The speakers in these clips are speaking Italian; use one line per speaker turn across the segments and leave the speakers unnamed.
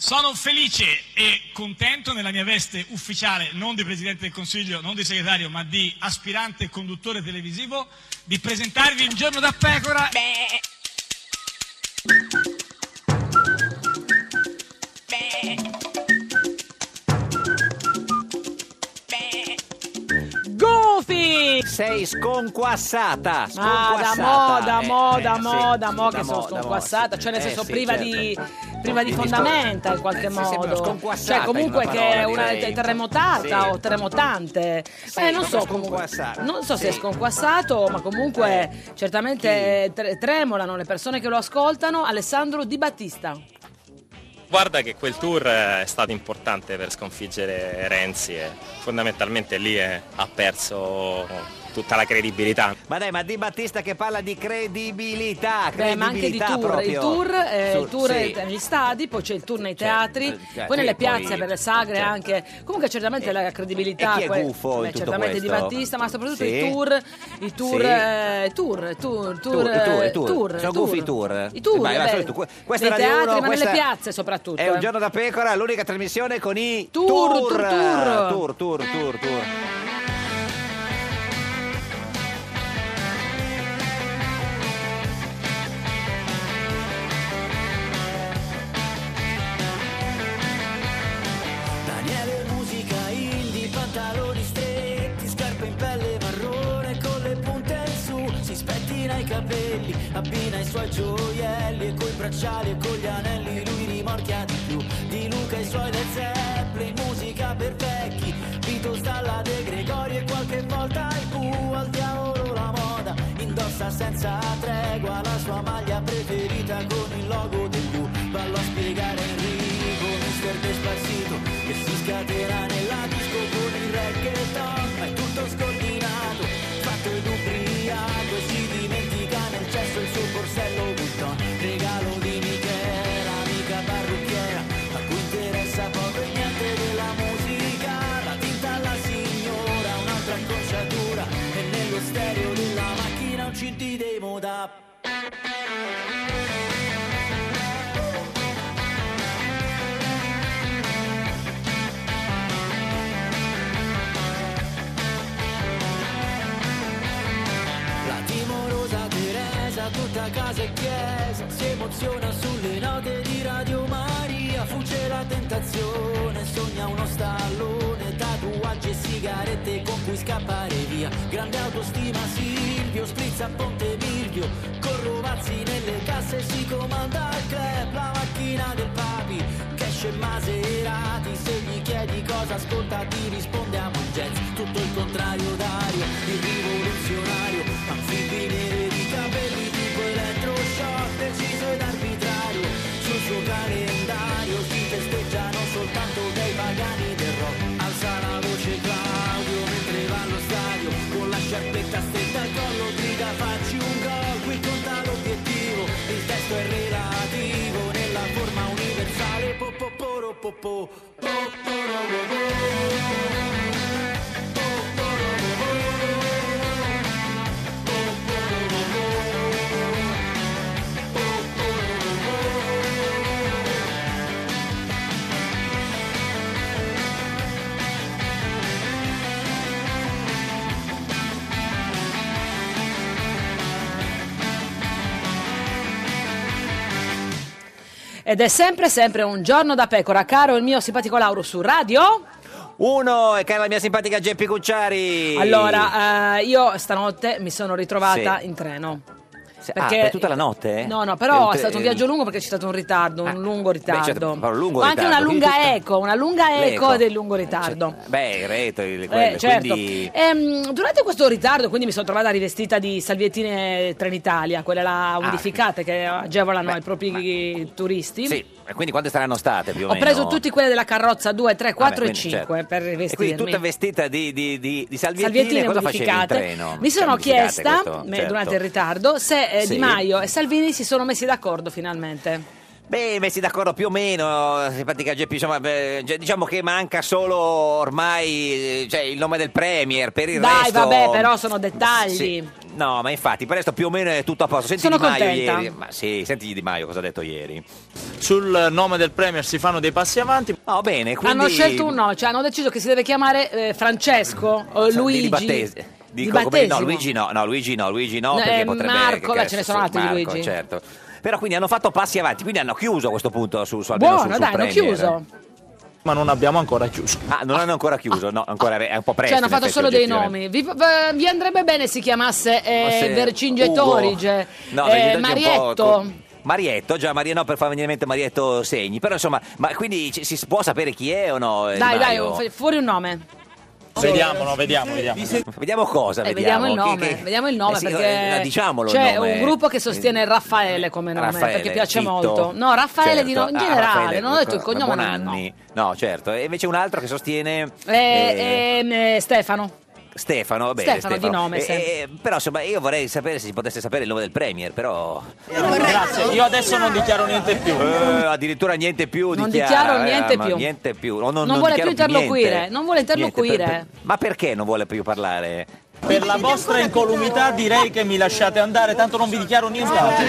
Sono felice e contento nella mia veste ufficiale, non di Presidente del Consiglio, non di segretario, ma di aspirante conduttore televisivo, di presentarvi un giorno da pecora.
Goofy!
Sei sconquassata,
Ah,
sconquassata.
da mo, da
Eh,
mo,
eh,
da
sì,
mo, da mo che
da
sono
mo, da mo,
sconquassata,
sì.
cioè nel
Eh,
senso
sì,
priva
certo.
di priva di
Quindi sto-
fondamenta in qualche
Eh, sei sempre
modo.
sconquassata
Cioè comunque
in una
che è
parola,
una
direi.
terremotata
Sì.
o terremotante.
Sì,
eh, non so
proprio
comunque.
sconquassata.
Non so se è
Sì. Eh.
sconquassato, ma comunque certamente tre- tremolano le persone che lo ascoltano. Alessandro Di Battista.
Guarda che quel tour eh, è stato importante per sconfiggere Renzi e fondamentalmente lì eh, ha perso tutta la credibilità.
Ma dai, ma Di Battista che parla di credibilità, credibilità
Beh, ma anche di tour,
proprio.
il tour, eh, il
Sul-
tour
sì.
negli stadi, poi c'è il tour nei
Cioè,
teatri,
eh, cioè,
poi nelle
sì,
piazze,
poi-
per le sagre
cioè.
anche. Comunque certamente
E-
la credibilità,
e chi è
que-
gufo in
beh,
tutto
certamente di
questo?
Battista, ma soprattutto
Sì.
i tour, i tour,
Sì.
eh, tour, tour, tour,
Tour, i tour, i
eh,
tour. Sono gufi i tour.
I tour,
Vai, vai,
beh,
solito. Que- questa
nei
è Radio
teatri,
Uno,
ma
questa
nelle piazze soprattutto.
È un
eh.
giorno da pecora, l'unica trasmissione con i
Tour,
tour.
tour, tour.
tour, tour, tour, tour.
Daniele musica indie, pantaloni stretti, scarpe in pelle marrone con le punte in su, si spettina i capelli, abbina i suoi gioielli e coi bracciali e con gli anelli lui rimorchia di più, di Luca e i suoi del Zeppelin, musica per vecchi, Beatles dalla De Gregori e qualche volta il bu, al diavolo la moda, indossa senza tregua la sua maglia preferita con il logo del blu, vallo a spiegare Enrico, mister Despacito, che si scatena nella disco con il reggaeton, ma è tutto scordinato, fatto ed ubriaco, e si dimentica nel cesso il suo borsello Vuitton, regalo di Michela, amica parrucchiera, a cui interessa poco e niente della musica, la tinta alla signora, un'altra acconciatura, e nello stereo della macchina un CD dei moda. La timorosa Teresa, tutta casa e chiesa, si emoziona sulle note di Radio Maria, fugge la tentazione, sogna uno stallone, tatuaggi e sigarette con cui scappare via. Grande autostima Silvio, sprizza a Ponte Milvio, con Rovazzi nelle casse si comanda il club, la macchina del papi, cash e maserati, se gli chiedi cosa ascolta ti rispondiamo in jazz, tutto il contrario Dario, il rivoluzionario, anfibi neri, capelli tipo elettroshock, deciso ed arbitrario, sul suo calendario si festeggiano soltanto dei pagani del rock, alza la voce Claudio mentre va allo stadio, con la sciarpetta stretta al collo grida facci un gol, qui conta l'obiettivo, il testo è relativo, nella forma universale, po po poro po po, po poro po po.
Ed è sempre, sempre un giorno da pecora, caro il mio simpatico Lauro su radio.
Uno, e cara la mia simpatica Geppi Cucciari.
Allora, eh, io stanotte mi sono ritrovata
Sì.
in treno.
Se- ah,
Perché-
per tutta la notte?
No, no, però è
Eh, te- Ah,
stato un viaggio lungo perché c'è stato un ritardo, un lungo ritardo.
certo, però lungo
Ho anche
ritardo,
una
quindi
lunga
tutta-
eco, una lunga eco
L'eco.
del lungo ritardo.
Beh, il retro, il,
Eh,
quello,
certo.
quindi...
Ehm, durante questo ritardo, quindi mi sono trovata rivestita di salviettine Trenitalia, quelle là unificate che agevolano
Ah. Beh,
ai propri turisti.
Sì, e quindi quante saranno state più o
Ho
meno?
preso tutte quelle della carrozza 2, 3, 4
Vabbè,
e
quindi,
5
certo.
per
E quindi
rivestirmi.
tutta vestita di, di, di, di salviettine,
salviettine
cosa facevi in
modificate.
treno?
Mi
Cioè,
sono
modificate
chiesta,
questo,
eh,
certo.
durante il ritardo, se eh, Di
Sì.
Maio e Salvini si sono messi d'accordo finalmente.
Beh, messi d'accordo più o meno, simpatica Geppi, insomma, beh, gi- diciamo che manca solo ormai eh, cioè, il nome del Premier, per il
Dai,
resto...
vabbè, però sono dettagli.
Sì. No, ma infatti, per il resto più o meno è tutto a posto. Senti
Sono
Di Maio
contenta.
ieri. Ma sì, senti Di Maio cosa ha detto ieri.
Sul nome del Premier si fanno dei passi avanti.
Oh, bene, quindi...
Hanno scelto un no, cioè hanno deciso che si deve chiamare eh, Francesco o
Di
Luigi.
Battese- Dico,
Di
come- no,
battesimo.
Luigi no, no, Luigi no, Luigi no,
No,
perché
eh,
potrebbe...
Marco,
che
là
cazzo,
ce ne sono altri di
Marco,
Luigi.
certo. Però quindi hanno fatto passi avanti, quindi hanno chiuso a questo punto su, su almeno
Buono,
sul- sul
dai, hanno
Premier.
chiuso.
Ma non abbiamo ancora chiuso.
Ah, non hanno ancora chiuso, no, ancora è un po' presto.
Cioè hanno
in
fatto
effetti,
solo dei
oggettivamente.
nomi. Vi, v- vi andrebbe bene se chiamasse eh,
Forse
Vercingetorige,
Ugo. No,
eh,
Vercingetorige un po'
Marietto.
con- Marietto, già Maria no per far venire in mente Marietto Segni, però insomma, ma quindi ci- si può sapere chi è o no? eh, Di
Dai, dai,
Maio?
fu- fuori un nome.
Vediamo, no, vediamo, vediamo.
Vediamo cosa,
Eh, vediamo,
vediamo.
il
Chi-
nome,
chi-
vediamo il nome
Eh sì,
perché
eh, diciamolo il
c'è
nome.
un gruppo che sostiene Raffaele come nome
Raffaele,
perché piace
Tito.
molto. No, Raffaele di no- in
Certo. Ah,
generale,
Raffaele,
non ho detto il
co-
cognome. no, no.
Bonanni. No. certo. E invece un altro che sostiene
Eh,
eh,
ehm, eh, Stefano.
Stefano, va bene,
Stefano di nome,
Eh,
sempre.
eh, però insomma, io vorrei sapere se si potesse sapere il nome del premier, però
Grazie, io adesso non dichiaro niente più.
Eh, addirittura niente più
Non dichiaro
dichiara, eh,
niente
ma
più.
niente più. No,
Non vuole
dichiaro
più interloquire,
niente.
non vuole interloquire.
Niente, per- per- ma perché non vuole più parlare?
Per la vostra incolumità direi che mi lasciate andare, tanto non vi dichiaro
Eh,
nient'altro.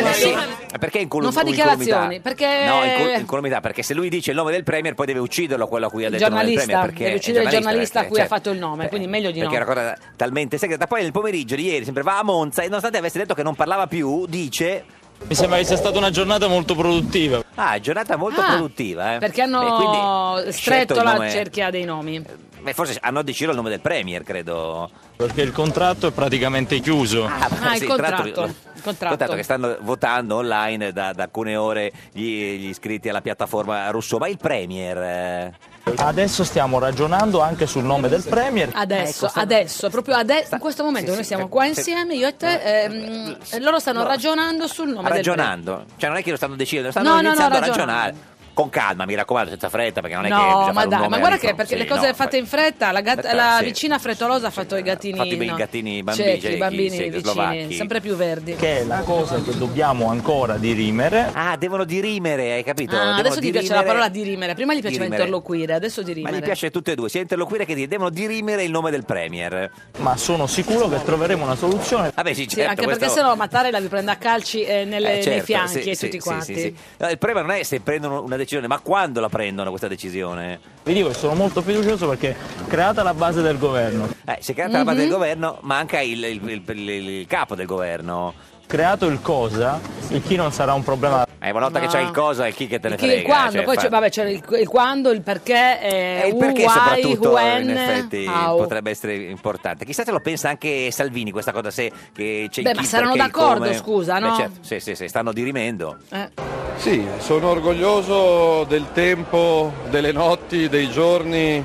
Perché in colu-
Non fa
incolumità?
dichiarazioni, perché-
No, in col- incolumità, perché se lui dice il nome del premier poi deve ucciderlo quello a cui ha
Il
detto il nome del
giornalista,
premier perché
deve uccidere il giornalista a
perché,
cui ha
certo,
fatto il nome, quindi meglio di
perché
no.
era una cosa talmente segreta. Poi nel pomeriggio di ieri sempre va a Monza e nonostante avesse detto che non parlava più, dice
Mi sembra che sia stata una giornata molto produttiva.
"Ah, giornata molto
Ah,
produttiva, eh".
Perché
E
hanno
quindi scelto
stretto
il
la
nome-
cerchia dei nomi.
Beh, forse hanno deciso il nome del premier, credo.
Perché il contratto è praticamente chiuso.
Ah, ma
Ah, il
sì, tra l'altro,
contratto,
lo-
il
il
contratto.
contratto che stanno votando online da, da alcune ore gli, gli iscritti alla piattaforma Russo, ma il Premier. eh,
Adesso stiamo ragionando anche sul nome del Premier.
Adesso,
Ecco, sta-
adesso, proprio adesso, in questo momento
sì,
noi
sì,
siamo
per-
qua
per-
insieme, io e te, ehm, e loro stanno
no.
ragionando sul nome
ragionando, cioè non è che lo stanno decidendo,
No,
stanno
no, no,
iniziando a
ragionando.
ragionare. Con calma, mi raccomando, senza fretta, perché non è
del
che
premio.
bisogna
No, ma
fare un
dai,
nome
ma guarda
alla
che perché
sì,
le cose
no,
fatte
fai-
in fretta, la, gat-
Aspetta,
la
sì.
vicina frettolosa ha fatto i gattini,
Fatti i
no,
gattini bambini,
ciechi,
ciechi,
bambini
sì,
vicini,
slovacchi.
sempre più verdi.
Che è la cosa che dobbiamo ancora dirimere.
Ah, devono dirimere, hai capito?
Ah,
Devono
adesso ti piace la
dirimere-
parola dirimere, prima gli piaceva
Dirimere.
interloquire, adesso dirimere.
Ma gli piace tutte e due, sia interloquire che dire, devono dirimere il nome del Premier.
Ma sono sicuro che troveremo una soluzione.
Vabbè, sì,
Sì,
certo,
anche
questo-
perché se no Mattarella vi prende a calci eh, nelle-
Eh, certo,
nei fianchi
sì,
e
sì,
tutti
sì,
quanti.
sì, sì. No, il problema non è se prendono una decisione, ma quando la prendono questa decisione?
Vi dico che sono molto fiducioso perché creata la base del governo,
Eh, se canta la
Mhm.
parte del governo, manca il, il- il- il- il capo del governo.
creato il cosa, il chi non sarà un problema.
Eh, una volta
No.
che c'è il cosa e chi che te ne
Chi-
frega.
il quando,
cioè,
poi
fa-
c'è, vabbè, c'è il, il quando, il perché, eh,
Eh, il perché
why,
soprattutto
when,
in effetti
how.
potrebbe essere importante. Chissà se lo pensa anche Salvini questa cosa, se che c'è il
Beh,
chi,
ma saranno
perché, il
d'accordo,
come.
scusa,
Beh,
no?
certo, sì, sì, sì, stanno dirimendo.
Eh,
Sì, sono orgoglioso del tempo, delle notti, dei giorni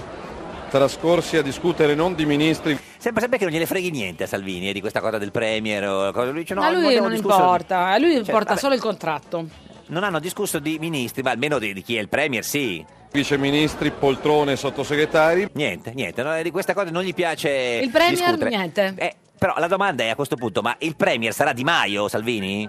trascorsi a discutere non di ministri.
Sembra sempre che non gliene freghi niente a Salvini eh, di questa cosa del Premier. O cosa. Lui dice, no,
a lui
abbiamo
non
discusso-
importa, a lui
Cioè,
importa
vabbè,
solo il contratto.
Non hanno discusso di ministri, ma almeno di, di chi è il Premier, sì.
Viceministri, poltrone, sottosegretari.
Niente, niente, no, di questa cosa non gli piace.
Il Premier,
Eh, discutere.
niente.
Eh, però la domanda è a questo punto: ma il Premier sarà Di Maio Salvini?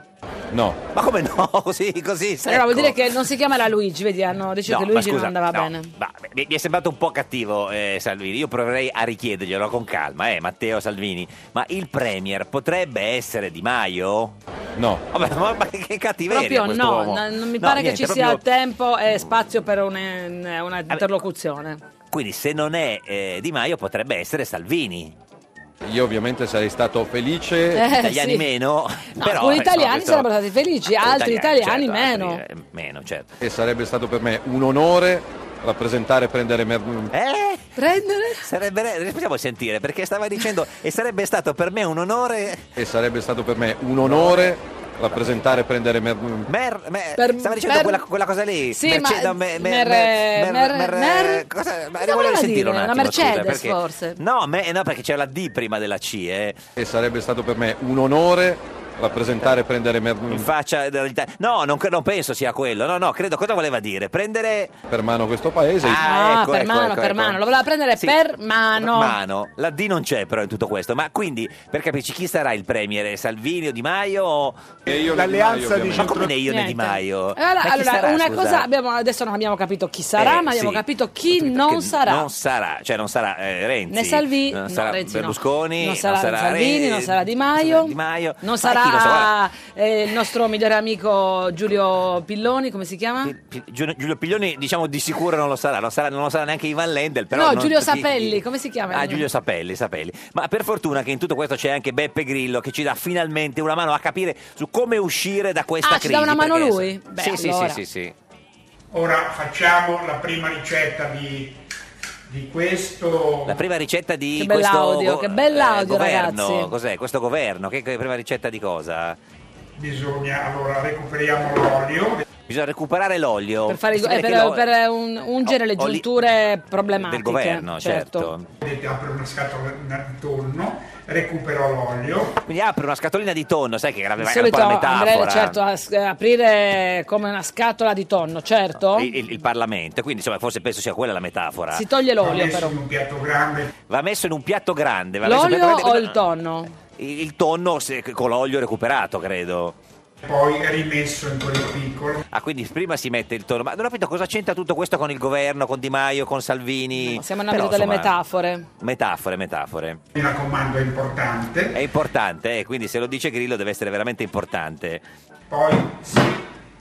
No.
Ma come no? Così, così. ecco. Secco.
Allora vuol dire che non si chiamerà Luigi, vedi, hanno deciso
No,
che
ma
Luigi
scusa,
non andava
no,
bene.
ma mi, mi è sembrato un po' cattivo eh, Salvini. Io proverei a richiederglielo con calma, eh, Matteo Salvini. Ma il Premier potrebbe essere Di Maio?
No.
Vabbè, ma, ma che cattiveria
Proprio no,
quest'uomo.
n- non mi
No,
pare
niente,
che ci
proprio-
sia tempo e spazio per un- eh, una interlocuzione.
Quindi se non è eh, Di Maio potrebbe essere Salvini.
Io ovviamente sarei stato felice.
Eh,
italiani
sì.
meno,
No,
però
alcuni
insomma,
italiani
questo-
sarebbero stati felici,
Alcuni
altri italiani
certo,
meno.
altri, eh, meno, certo.
E sarebbe stato per me un onore rappresentare e prendere mer-
Eh?
Prendere?
Sarebbe, possiamo sentire perché stava dicendo e sarebbe stato per me un onore
e sarebbe stato per me un onore rappresentare e prendere mer-
mer, mer-
Per-
stava dicendo
per-
quella, quella cosa lì
Sì,
Merce-
ma-
no,
mer-
me- mer- mer-
mer-
mer-
mer-
cosa, ma
cosa
voglio
voleva
sentirlo
dire?
un
Una
attimo, scusa,
Mercedes,
perché-
forse?
no, me- no perché c'è la D prima della C eh.
e sarebbe stato per me un onore
rappresentare e prendere mer-
in faccia della realtà. No, non, cre- non penso sia quello. No, no, credo cosa voleva dire? Prendere
per mano questo paese.
Ah,
Ah, ecco,
per
ecco,
mano,
ecco,
per
ecco.
mano. Lo voleva prendere
Sì.
per mano.
mano. La D non c'è però in tutto questo. Ma quindi, per capirci, chi sarà il premier? Salvini o Di Maio? o-
L'alleanza di
Ma come né io né
Niente.
Di Maio?
Eh, Allora,
Ma chi
allora,
sarà,
una
scusa?
cosa abbiamo, adesso non abbiamo capito chi sarà,
Eh,
ma abbiamo
sì.
capito chi
Che
non sarà.
Non sarà, cioè non sarà eh, Renzi.
Né Salvi-
non
no,
sarà
Renzi no.
Berlusconi,
Non sarà Salvini,
Re-
non sarà Di Maio.
Di Maio.
Non
Ma chi lo sa? Guarda,
sarà eh, il nostro migliore amico Giulio Pilloni, come si chiama?
Pi- Giulio Giulio Piglioni diciamo di sicuro non lo sarà, non, sarà, non lo sarà neanche Ivan Lendl, però
no,
non-
Giulio
chi-
Sapelli,
chi-
come si chiama?
Ah, Giulio Sapelli, Sapelli. Ma per fortuna che in tutto questo c'è anche Beppe Grillo che ci dà finalmente una mano a capire su come uscire da questa
Ah, ci
crisi.
dà una mano
perché-
lui? Beh,
sì, sì,
allora.
sì, sì, sì.
Ora facciamo la prima ricetta di, di questo.
La prima ricetta di
Che bell'audio,
questo eh,
che bell'audio,
governo,
ragazzi.
cos'è? Questo governo, che, che prima ricetta di cosa?
Bisogna, allora recuperiamo l'olio.
Bisogna recuperare l'olio.
Per, fare il-
Si vede
eh, per-
che l'olio-
per un- ungere le
o- o li-
giunture problematiche.
del governo, certo.
Vedete, apro una scatola di tonno, recupero l'olio.
Quindi apre una scatolina di tonno, sai che era
Di
era un po'
solito
la metafora.
andrei certo a s- eh, aprire come una scatola di tonno, certo.
Il, il- il Parlamento, quindi insomma, forse penso sia quella la metafora.
Si toglie
Ho
l'olio
messo
però.
in un piatto grande.
Va messo in un piatto grande. Va messo in un
L'olio
piatto
o
grande,
il tonno?
Il, il tonno se- con l'olio recuperato, credo.
Poi rimesso in quello piccolo.
Ah, quindi prima si mette il tonno. Ma non ho capito cosa c'entra tutto questo con il governo, con Di Maio, con Salvini.
Siamo in
Però,
ambito delle
insomma,
metafore.
Metafore, metafore.
Mi raccomando, è importante.
È importante, eh, quindi se lo dice Grillo deve essere veramente importante.
Poi si,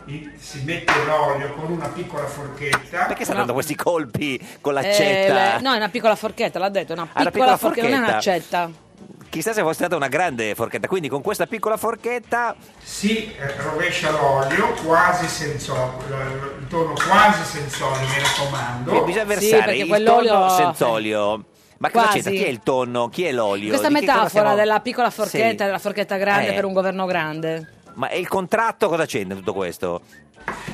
i- si mette l'olio con una piccola forchetta.
Perché stanno
No.
dando questi colpi con
Eh,
l'accetta?
le- no, è una piccola forchetta, l'ha detto, è una piccola,
una piccola
forchetta, non è
forchetta.
un'accetta.
Chissà se fosse stata una grande forchetta. Quindi con questa piccola forchetta
si eh, rovescia l'olio quasi senza olio, il tonno quasi senza olio, mi
eh,
raccomando.
bisogna
Sì,
versare
perché
il
quell'olio-
tonno senza olio. Ma cosa
Quasi.
c'entra? Chi è il tonno? Chi è l'olio?
Questa
Di che cosa
metafora
stiamo-
della piccola forchetta e
Sì.
della forchetta grande
Eh,
per un governo grande.
Ma e il contratto cosa c'entra in tutto questo?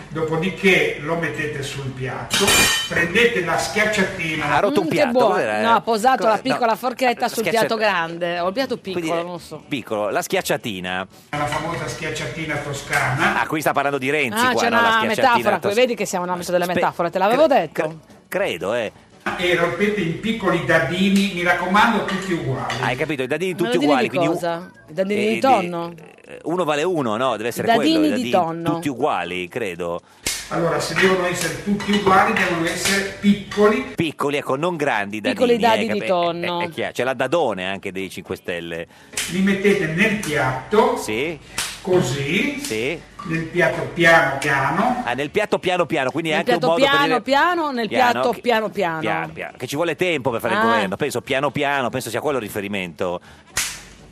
Dopodiché lo mettete sul piatto, prendete la schiacciatina,
Ah, Ha rotto
Mm,
un
che
piatto.
buono.
cos'era?
No, ha posato la
Cos'è?
piccola forchetta sul
schiaccia-
piatto grande, o il piatto piccolo,
Quindi,
non lo so.
Piccolo, la schiacciatina.
la famosa schiacciatina toscana,
Ah, qui sta parlando di Renzi.
Ah,
qua,
c'è
no? La
una
schiacciatina
metafora qui,
tos-
vedi che siamo in ambito delle
Spe-
metafore, te l'avevo
cre-
detto.
cre- credo, eh.
e rompete in piccoli dadini, mi raccomando tutti
Ah, Hai
uguali.
capito? I dadini
Ma
tutti
dadini
uguali.
di
quindi u-
cosa? I dadini di
di-
tonno?
eh, Uno vale uno, no? Deve essere
I dadini
quello. i
di tonno.
Tutti uguali, credo.
Allora, se devono essere tutti uguali, devono essere piccoli,
Piccoli, ecco, non grandi i dadini.
Piccoli dadi
eh,
di
cap- è-
tonno.
È, è chiaro. C'è la dadone anche dei 5 Stelle.
li mettete nel piatto,
Sì,
Certo. così,
sì.
nel piatto piano piano,
Ah, nel piatto piano piano, quindi è
Nel
anche un
piatto
modo per
piano
dire...
piano, nel piatto
che-
piano piano.
piano, piano. Che ci vuole tempo per fare
Ah.
il governo. Penso piano piano, penso sia quello il riferimento.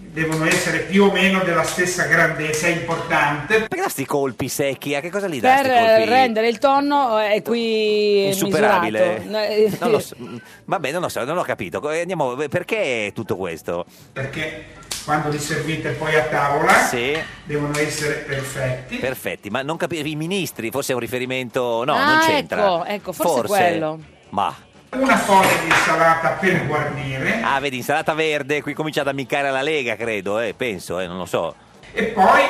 devono essere più o meno della stessa grandezza, è importante,
Perché dà sti colpi secchi? A che cosa li dà
Per
sti
eh,
colpi?
rendere il tonno eh, è qui
Insuperabile.
misurato. Eh,
Non lo so. mm, Vabbè, non lo so, non ho capito. Co- eh, Andiamo, perché tutto questo?
perché quando li servite poi a tavola
Sì.
devono essere perfetti.
Perfetti, ma non capisco. I ministri, forse è un riferimento. No,
Ah,
non c'entra.
ecco, ecco, forse quello.
Ma.
Una foglia di insalata per guarnire
Ah, vedi, insalata verde, qui comincia ad ammiccare la Lega, credo, eh, penso, eh, non lo so.
e poi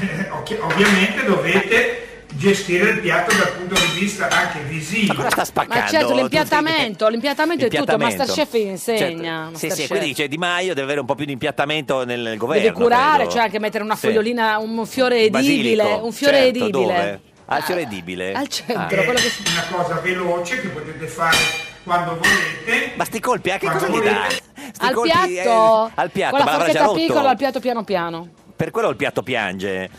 eh, occhi- ovviamente dovete gestire il piatto dal punto di vista anche
Ma
visivo.
cosa sta spaccando? Eh,
Ma certo, l'impiattamento, l'impiattamento è tutto, Masterchef insegna,
Certo. Sì, sì,
Masterchef.
quindi dice Di Maio deve avere un po' più di impiattamento nel, nel governo.
Deve curare,
credo.
cioè anche mettere una
Sì.
fogliolina, un fiore edibile,
Basilico,
un fiore
certo,
edibile.
dove? Al
Ah,
fiore edibile? Ah.
Al centro,
È
quello che si...
una cosa veloce che potete fare quando volete.
Ma sti colpi, a che
Quando
cosa gli dà?
volete.
Sti
Al
colpi, eh,
piatto,
al piatto,
con
ma
la
l'avrà già
forchetta
rotto?
piccola al piatto piano piano.
Per quello il piatto piange. eh,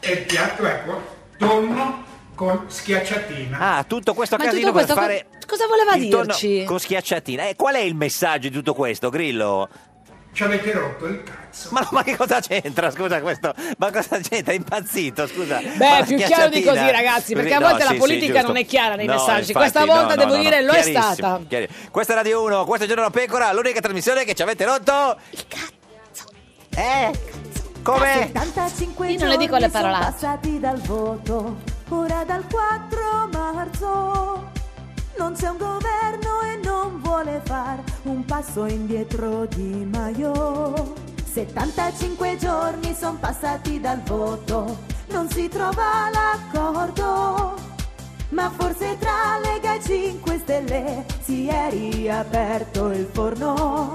E il piatto ecco, tonno con schiacciatina.
Ah, tutto questo
Ma tutto
casino
questo
per
co-
fare...
cosa voleva
il tonno
dirci?
Con schiacciatina. Eh, qual è il messaggio di tutto questo, Grillo?
Ci avete rotto il cazzo.
Ma, ma che cosa c'entra, scusa, questo? Ma cosa c'entra? È impazzito, scusa. Ma
Beh,
la
più chiaro di così,
schiacciatina?
ragazzi, perché
Così-
a volte
no,
la
sì, sì,
politica
giusto.
non è chiara nei
No,
messaggi.
infatti,
Questa volta
no, no,
devo
no,
dire
no,
lo è
chiarissimo,
stata.
chiari- Questa è Radio 1, questo è Giorno da Pecora, l'unica trasmissione che ci avete rotto. Il cazzo. Eh? Come?
75
Io non le dico le
giorni son
parolacce.
passati dal voto, ora dal 4 marzo. Non c'è un governo e non vuole far un passo indietro di Maio. 75 giorni son passati dal voto, non si trova l'accordo, ma forse tra Lega e 5 Stelle si è riaperto il forno.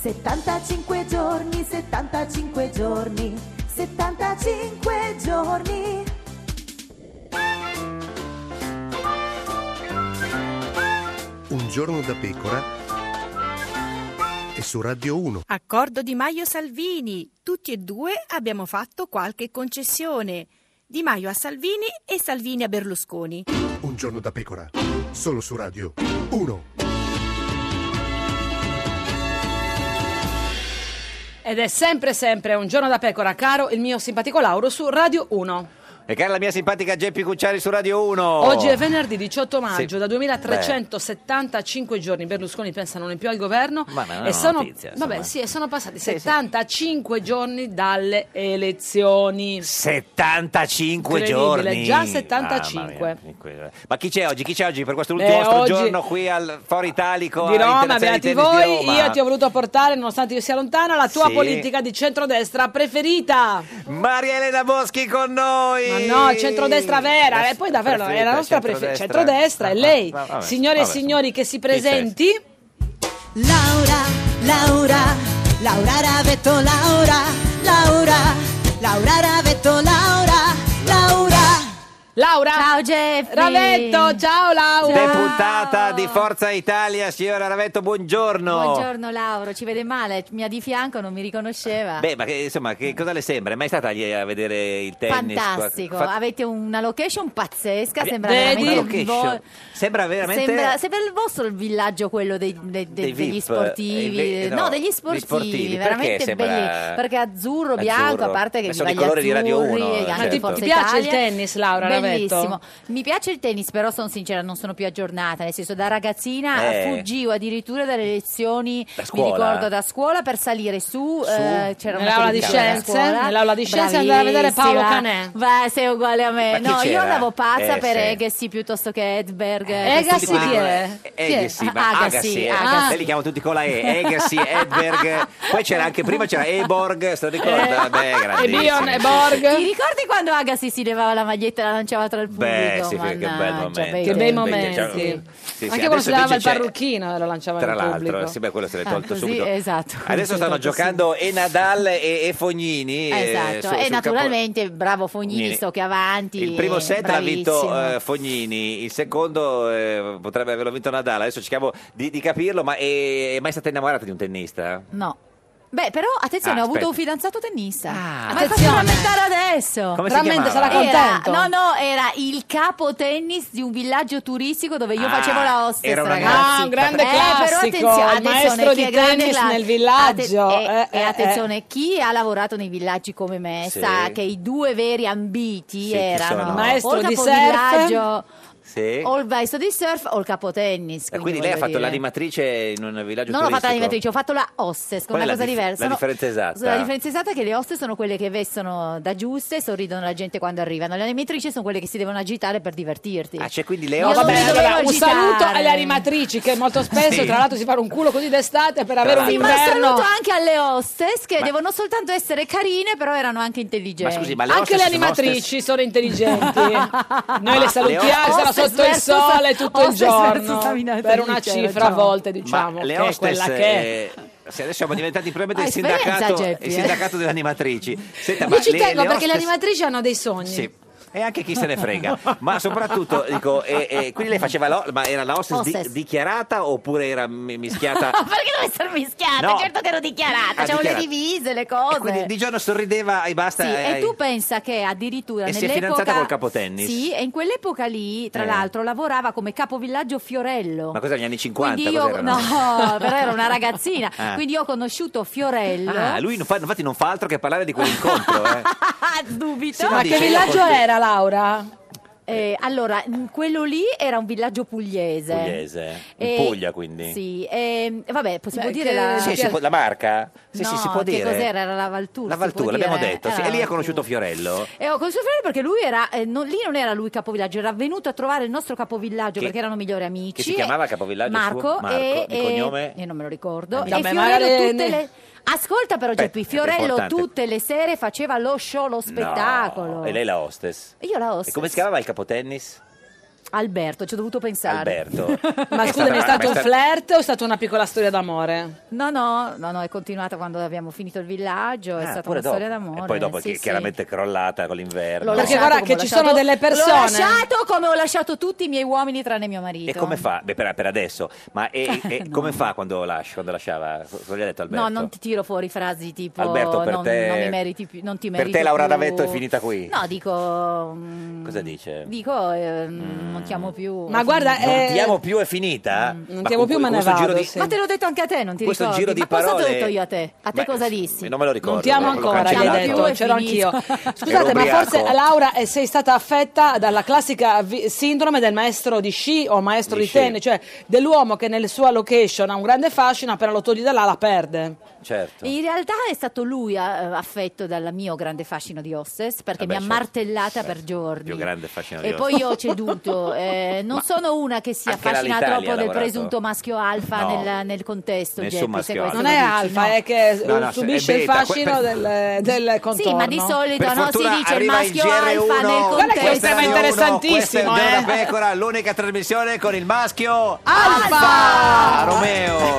75 giorni, 75 giorni, 75 giorni.
Un giorno da pecora e su Radio 1.
Accordo di Maio Salvini. Tutti e due abbiamo fatto qualche concessione. Di Maio a Salvini e Salvini a Berlusconi.
Un giorno da pecora. Solo su Radio 1.
Ed è sempre, sempre un giorno da pecora, caro il mio simpatico Lauro su Radio 1.
E cara la mia simpatica Geppi Cucciari su Radio 1.
Oggi è venerdì 18 maggio,
Oh. Sì.
da 2375 giorni Berlusconi pensa non è più al governo
Ma- ma non è
e sono,
notizia, insomma.
vabbè, sì, e sono passati 75 giorni dalle elezioni.
75
Incredibile,
giorni.
già 75.
Mamma mia, incredibile. eh. Ma chi c'è oggi? Chi c'è oggi per questo ultimo
Beh,
nostro
Eh, oggi-
giorno qui al Foro Italico?
Di Roma,
all'Internazionale
beati
di tennis di
voi,
Roma?
io ti ho voluto portare, nonostante io sia lontana, la tua
Sì.
politica di centrodestra preferita.
Maria Elena Boschi con noi.
Ma no, centrodestra vera, e poi davvero è la nostra preferita. Centrodestra, è lei,
Ah, vabbè,
signore e
vabbè,
signori, che si presenti.
Laura, Laura, Laura Ravetto, Laura, Laura, Laura Ravetto, Laura, Laura.
Laura.
Ciao Jeffrey.
Ravetto, ciao Laura.
Deputata di Forza Italia, signora Ravetto, buongiorno.
Buongiorno Lauro, ci vede male, mia di fianco non mi riconosceva.
Beh, ma che, insomma, che cosa le sembra? È mai stata lì a vedere il tennis?
Fantastico,
Fa-
avete una location pazzesca, sembra
Vedi? Una
veramente il vo-
location. Sembra veramente
Sembra, sembra il vostro il villaggio quello dei- de- de-
Dei
degli
VIP, eh,
sportivi,
inve-
no,
no,
degli
gli
sportivi,
sportivi,
veramente
perché sembra-
belli, perché azzurro,
Azzurro,
bianco, a parte che
ma sono
gli
i colori di Radio
azzurri,
Uno,
e
eh,
anche
certo.
Forza
Ti piace il
Italia.
tennis, Laura Ravetto?
Bellissimo. Mi piace il tennis, però sono sincera, non sono più aggiornata, nel senso da ragazzina
Eh.
fuggivo addirittura dalle lezioni, mi
scuola.
ricordo da scuola per salire su, eh, c'era una
Nell'aula di
pellicola da
scienze?
scuola.
Nell'aula di scienze andare a vedere Paolo
Bravissima.
Canè.
Beh, sei uguale a
Ma
me.
chi
No, io
c'era?
andavo pazza
Eh,
per
sì.
Agassi piuttosto che Edberg.
Agassi
questi qua.
chi è?
Eh, eh, sì, ma Agassi,
Ah, Agassi,
eh.
Agassi.
Te li chiamo tutti con la E, Agassi, Edberg, poi c'era anche prima c'era Eborg, se lo ricorda?
Eh.
Beh,
E
grandissimo.
Bion e Borg.
Ti ricordi quando Agassi si levava la maglietta e la lanciava tra il pubblico?
Beh, sì, che
Mannaggia,
bel momento.
bei
Che bei
tempi.
momenti.
Cioè, sì,
Anche
sì, adesso
quando si dava
invece
il
c'è-
parrucchino lo lanciava
Tra
nel
l'altro,
pubblico. Eh.
sì, beh, quello se l'è
Ah,
tolto
così,
subito.
esatto.
Adesso
Sì,
stanno
tolto
giocando e Nadal e, e Fognini. eh,
Esatto,
su-
e
sul
naturalmente bravo
campo-
Fognini, sto che avanti.
Il primo set l'ha
bravissimo.
vinto eh, Fognini, il secondo eh, potrebbe averlo vinto Nadal. Adesso cerchiamo di, di capirlo, ma è, è mai stata innamorata di un tennista?
No. Beh, però attenzione,
Ah,
ho avuto
aspetta. Ah.
un fidanzato tennista. Ma mi faccio
Attenzione.
lamentare adesso.
Come si
Veramente
chiamava?
sarà
Era,
contento.
no, no, era il capo tennis di un villaggio turistico dove io
Ah,
facevo la hostess,
era una
ragazzi.
Ah, un grande
Eh, però
classico,
attenzione,
il maestro
attenzione, chi
di
è grande
tennis
cla-
nel villaggio.
atte- e,
Eh,
e
eh,
attenzione, chi ha lavorato nei villaggi come me
Sì.
sa che i due veri ambiti
Sì, chi sono?
erano
Il
maestro
o il
di
capo
surf.
villaggio,
Sì.
o il maestro di surf o il capo tennis.
Eh,
Quindi,
quindi lei ha
voglio
fatto
dire.
l'animatrice in un villaggio
Non ho fatto
turistico?
l'animatrice, ho fatto la hostess, con
Qual è
una
la
cosa
dif-
diversa.
la
No,
differenza esatta?
La differenza esatta è che le hostess sono quelle che vestono da giuste e sorridono alla gente quando arrivano. Le animatrici sono quelle che si devono agitare per divertirti.
Ah, c'è quindi le
No,
No,
Io
ossa-
non
vabbè,
mi
allora,
dovevo
un saluto
agitare.
alle animatrici che molto spesso,
Sì.
tra l'altro, si fanno un culo così d'estate per avere un
Sì, ma
inverno.
saluto anche alle hostess che
Ma-
devono soltanto essere carine, però erano anche
Ma
intelligenti.
scusi, ma le
Anche
hostess
le
sono
animatrici sono intelligenti. Noi Ah, le salutiamo,
hostess-
sono sotto il
hostess
sole tutto il
versus-
giorno.
hostess versus
Per una
Saminata,
cifra a
diciamo.
volte,
hostess-
diciamo,
ma le
che è
hostess,
quella che.
eh, se adesso siamo diventati probabilmente
Ah,
il
esperienza,
sindacato,
Geppi,
il
eh.
sindacato delle animatrici. Senta,
Io ci
le-
tengo
le
perché le
hostess-
animatrici hanno dei sogni.
Sì. E anche chi se ne frega, ma soprattutto dico, e- e quindi lei faceva la, ma era la hostess, di-
Hostess.
dichiarata oppure era mi- mischiata?
Perché deve essere mischiata?
No.
Certo che ero dichiarata,
Ah,
c'avevo le
dichiarata.
divise, le
E quindi
cose.
di giorno sorrideva e basta.
Sì,
eh,
e tu pensa che addirittura
E si è
nell'epoca
fidanzata col capotennis.
Sì, e in quell'epoca lì, tra
Eh.
l'altro, lavorava come capovillaggio Fiorello.
Ma cos'era, gli anni 50?
Quindi io,
Cos'erano?
no, però era una ragazzina.
Ah.
Quindi io ho conosciuto Fiorello.
Ah, lui non fa- infatti non fa altro che parlare di quell'incontro. eh.
Ah, Dubito.
Sì,
Ma
dice,
che
io
villaggio
porto-
era, Laura?
Eh, allora, mh, quello lì era un villaggio pugliese.
Pugliese. In
Eh,
Puglia, quindi.
Sì, ehm, vabbè, si
Beh,
può dire
che-
la...
Sì, si può- la marca? Sì, sì,
No,
si può
che
dire.
cos'era? Era la Valtur,
La
si può
Valtur, l'abbiamo
dire. Ah,
detto.
Era
sì. e lì ha
Valtur.
conosciuto Fiorello.
E ho conosciuto Fiorello perché lui era, eh, non- lì non era lui capovillaggio, era venuto a trovare il nostro capovillaggio
Che-
perché erano migliori amici.
che si chiamava capovillaggio
Marco,
suo? Marco,
e,
di
e-
cognome?
e non me lo ricordo.
Vabbè,
e Fiorello
magari
tutte
ne-
le... Ascolta però Geppi, Fiorello
importante.
tutte le sere faceva lo show, lo spettacolo.
E lei la hostess.
E Io la
E
hostess.
come si chiamava il capotennis?
Alberto, ci ho dovuto pensare.
Alberto.
Ma
È
scusami, è
stata-
stato
ma
un
è sta-
flirt o è stata una piccola storia d'amore?
No, no, no, no, è continuata quando abbiamo finito il villaggio, è
Ah,
stata
pure
una
dopo.
storia d'amore.
E poi dopo
sì,
chi-
sì.
chiaramente è crollata con l'inverno.
L'ho
Perché
lasciato
guarda
come
che
ho
ci
lasciato-
sono delle
L'ho
persone-
lasciato come ho lasciato tutti i miei uomini tranne mio marito.
E come fa? Beh, per, per adesso, ma e- e- e come fa quando lascia, quando lasciava? Cosa gli ha detto Alberto?
Eh, No, non ti tiro fuori frasi tipo
Alberto, per
non,
te-
non mi meriti più, non ti
per
meriti
te Laura
più.
Ravetto è finita qui?
No, dico mm,
Cosa dice?
dico eh, mm, non ti amo più.
Ma guarda,
non
eh,
ti amo più, è finita? Non
ti amo più, ma ne
giro
vado,
di-
sì.
Ma te l'ho detto anche a te, non ti
Questo
ricordi?
giro di
Ma cosa
parole-
ho detto io a te? A te
Beh,
cosa dissi?
Non me lo ricordo. Certo.
Non ti amo
l'ho
ancora, gli hai
cancellato.
detto, c'ero anch'io. Scusate, ma
ubriaco.
forse Laura eh, sei stata affetta dalla classica vi- sindrome del maestro di sci o maestro di,
Di sci.
tennis, cioè dell'uomo che nella sua location ha un grande fascino, appena lo togli da là la perde.
Certo.
In realtà è stato lui eh, affetto dal mio grande fascino di hostess perché
Vabbè,
mi ha
certo,
martellata
certo.
per giorni.
Più grande fascino di
E
Ostia.
poi io ho ceduto, eh, non
Ma
sono una che si
anche
affascina
l'Alitalia
troppo
ha
del
lavorato?
presunto maschio alfa
No.
nel, nel contesto.
Nessun
Geppi, se
maschio
questo
Non
lo
è
dici,
alfa,
no.
è che
No, no,
subisce
è
il
beta,
fascino
que-
del, del contorno.
Sì, ma di solito
Per
no, si
fortuna
dice il
arriva
maschio
GR1,
alfa nel
Guarda che
contesto.
tema interessantissimo,
Questa è il giorno
eh.
da pecora, l'unica trasmissione con il maschio
Alfa!
Ah, Romeo.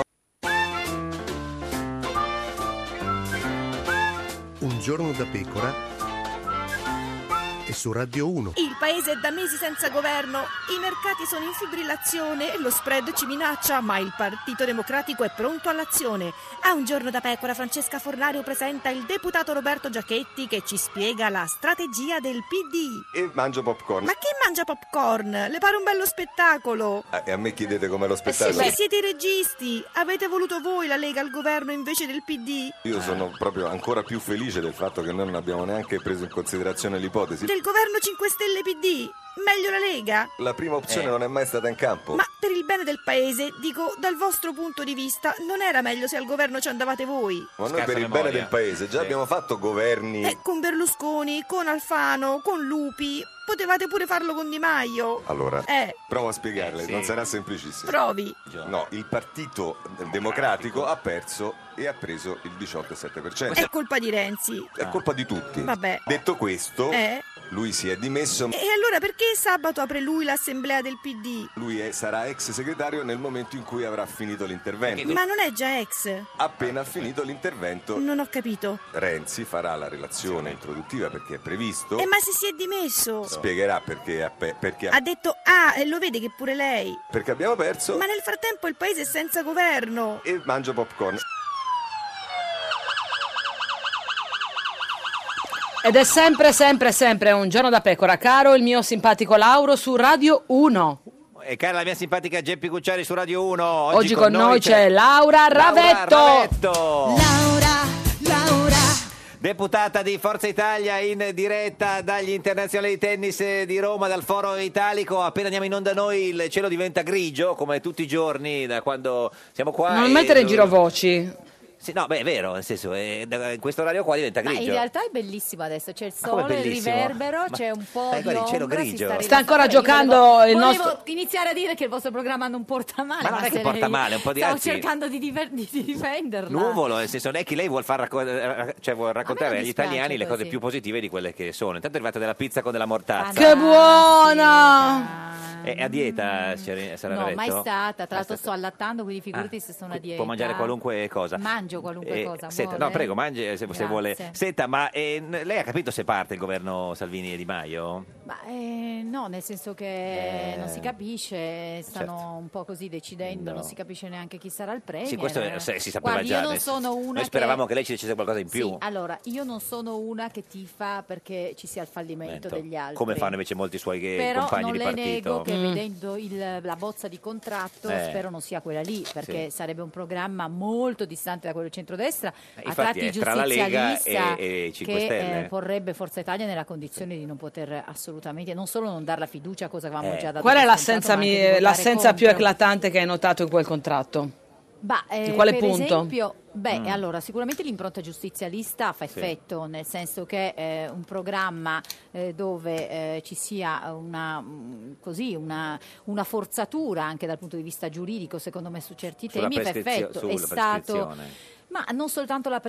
Un giorno da pecora e su Radio 1.
Il paese è da mesi senza governo, i mercati sono in fibrillazione, lo spread ci minaccia, ma il Partito Democratico è pronto all'azione. A un giorno da pecora Francesca Fornario presenta il deputato Roberto Giachetti che ci spiega la strategia del PD.
E mangio popcorn.
Ma chi mangia popcorn? Le pare un bello spettacolo.
Ah, E a me chiedete com'è
Eh
lo spettacolo?
Ma siete i registi, avete voluto voi la Lega al governo invece del PD.
Io sono proprio ancora più felice del fatto che noi non abbiamo neanche preso in considerazione l'ipotesi.
Del governo 5 Stelle PD. Meglio la Lega?
La prima opzione non è mai stata in campo.
Ma per il bene del paese, dico, dal vostro punto di vista, non era meglio se al governo ci andavate voi?
Ma noi
Scarsa
per il
memoria.
bene del paese già abbiamo fatto governi.
Eh, con Berlusconi, con Alfano, con Lupi, potevate pure farlo con Di Maio.
Allora,
Eh.
provo a spiegarle,
Eh, sì.
non sarà semplicissimo.
Provi.
No, il Partito Democratico ha perso e ha preso il 18,7%.
È colpa di Renzi.
È colpa di tutti.
Ecco. Vabbè.
Detto questo,
Eh.
lui si è dimesso.
E allora perché sabato apre lui l'assemblea del PD?
Lui è- sarà ex segretario nel momento in cui avrà finito l'intervento.
Ma non è già ex?
Appena finito l'intervento,
Non ho capito.
Renzi farà la relazione introduttiva perché è previsto.
Eh, ma se si è dimesso?
Spiegherà perché, ha pe- perché, ha-
Ha detto, ah, e lo vede che pure lei.
perché abbiamo perso
Ma nel frattempo il paese è senza governo.
e mangio popcorn.
Ed è sempre, sempre, sempre un giorno da pecora, caro il mio simpatico Lauro su Radio 1.
E cara la mia simpatica Geppi Cucciari su Radio 1. Oggi,
Oggi, con noi c'è Laura Ravetto.
Laura, Laura. Deputata di Forza Italia in diretta dagli internazionali di tennis eh, di Roma, dal Foro Italico. Appena andiamo in onda noi il cielo diventa grigio, come tutti i giorni da quando siamo qua.
Non
e-
mettere in giro voci.
Sì, no, beh, è vero, nel senso, eh, da- in questo orario qua diventa
Ma in
grigio.
realtà è bellissimo adesso, c'è il
Ma com'è
sole, il
bellissimo?
riverbero,
Ma-
c'è un po'
Dai, guarda,
di
il cielo
ombra, si
grigio.
sta
Sta ancora
rilassando.
giocando
Volevo-
il nostro-
Volevo iniziare a dire che il vostro programma non porta male.
Ma non è che
se
porta
lei-
male, un po' di-
Stavo
anzi-
cercando di, diver- di difenderla.
Nuvolo, nel senso non è che lei vuol, far racco- eh, cioè, vuol raccontare agli
dispiace
italiani le cose
così.
più positive di quelle che sono. Intanto è arrivata della pizza con della
Ah,
mortazza.
Che buona!
È a dieta, eh, signora Sara
No,
Ravetto?
mai stata. Tra
Mai
l'altro sto allattando, quindi figurati
Ah,
se sono a
qui
dieta.
Può mangiare qualunque cosa.
Mangio qualunque
Eh,
cosa.
senta,
vuole?
no, prego, mangi eh, se, se
Grazie.
vuole. Senta, ma eh, n- lei ha capito se parte il governo Salvini e Di Maio?
Ma eh, no, nel senso che
Eh, certo.
non si capisce, stanno un po' così decidendo,
No.
non si capisce neanche chi sarà il premio.
Sì, questo eh, se- si sapeva
Guardi,
già.
Io non
nel-
sono una
Noi
che-
speravamo che... lei ci dicesse qualcosa in più.
Sì, allora, io non sono una che tifa perché ci sia il fallimento
Momento.
degli altri.
Come fanno invece molti suoi eh,
Però
compagni
non
di
le
partito. Mm.
nego
Mm.
che vedendo il- la bozza di contratto
Eh.
spero non sia quella lì, perché
Sì.
sarebbe un programma molto distante da quello del centrodestra, a
Eh, infatti
tratti
è tra la Lega
giustizialista
e- e Cinque
che eh,
Stelle.
porrebbe Forza Italia nella condizione di non poter assolutamente, non solo non dare la fiducia, cosa che avevamo
Eh.
già dato.
Qual è
per
l'assenza,
scontato, ma
mi-
anche di votare
l'assenza più
contro.
eclatante che hai notato in quel contratto?
Ma, eh,
Di quale
per
punto?
esempio, beh,
Mm.
allora sicuramente l'impronta giustizialista fa
Sì.
effetto, nel senso che eh, un programma eh, dove eh, ci sia una, mm, così, una, una forzatura anche dal punto di vista giuridico, secondo me su certi
Sulla
temi fa
prescrizio-
effetto. È
sulla
stato
prescrizione.
ma Ma non soltanto la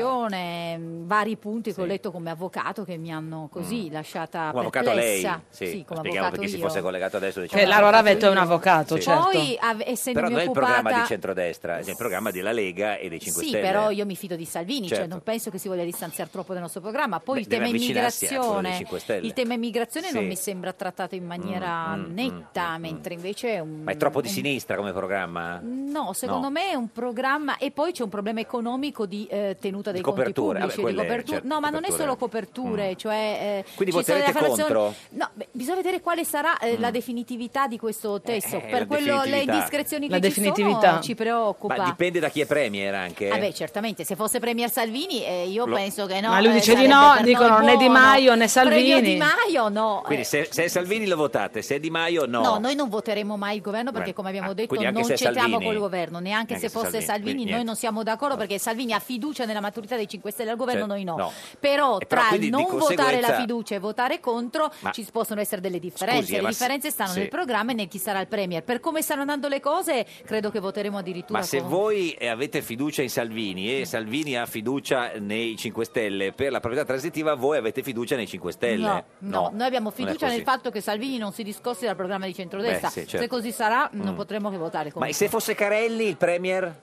prescrizione, mh, vari punti che ho letto come avvocato che mi hanno così lasciata
Mm. Come avvocato lei,
perplessa.
sì,
come
spieghiamo
avvocato
perché si
io.
fosse collegato adesso.
Cioè,
diciamo.
Che Laura Ravetto è un avvocato,
Sì.
certo.
Poi, av- essendomi
Però non è il
occupata...
programma di centrodestra, è il programma della Lega e dei 5
sì,
Stelle.
però io mi fido di Salvini, cioè
Certo.
non penso che si voglia distanziare troppo dal nostro programma. Poi
Beh,
il
deve
tema
avvicinarsi a quello dei
immigrazione,
Cinque Stelle.
il tema immigrazione
Sì.
non mi sembra trattato in maniera
Mm, mm,
netta, mentre invece è un
Ma è troppo di
un-
sinistra come programma?
No, secondo
No.
me è un programma e poi c'è un problema economico di eh, tenuta dei conti
Coperture, vabbè,
pubblici, di
quelle,
copertu-
certo,
no, ma non è
coperture.
solo coperture, cioè eh,
Quindi
ci sono
voterete
delle affermazioni-
contro? Mm.
No, beh, bisogna vedere quale sarà eh, la definitività di questo testo.
Eh, la
per quello le
definitività.
indiscrezioni
La
che ci sono
definitività.
ci preoccupa.
Ma dipende da chi è premier anche. eh?
Ah beh, certamente, se fosse Premier Salvini eh, io
Lo-
penso che no.
Ma lui
eh,
dice di
sarebbe
no,
per
dicono
noi
né Di
buono.
Maio
Premio
né Salvini.
Di Maio no.
Quindi se, se è Salvini lo votate, se è Di Maio no.
No. noi non voteremo mai il governo perché,
Beh,
come abbiamo
ah,
detto,
quindi anche
non
se è
c'entriamo
Salvini.
col governo. Neanche,
Neanche
se fosse Salvini,
quindi
noi
niente.
non siamo d'accordo perché Salvini ha fiducia nella maturità dei 5 Stelle al governo,
Cioè,
noi no.
no.
Però
E
tra
però
il
quindi di
non votare la
conseguenza-
fiducia e votare contro
Ma-
ci possono essere delle differenze.
Scusi, eh,
Le
ma s-
differenze stanno
sì.
nel programma e nel chi sarà il Premier. Per come stanno andando le cose, credo che voteremo addirittura
Ma se
contro.
voi eh, avete fiducia in Salvini
Mm.
e Salvini ha fiducia nei 5 Stelle, per la proprietà transitiva voi avete fiducia nei 5 Stelle?
No, no, noi abbiamo
non è
fiducia
così.
nel fatto che Salvini non si discosti dal programma di centrodestra.
Beh, sì, certo.
Se così sarà, non
Mm.
potremo che votare
Ma
contro.
e se fosse Carelli il premier?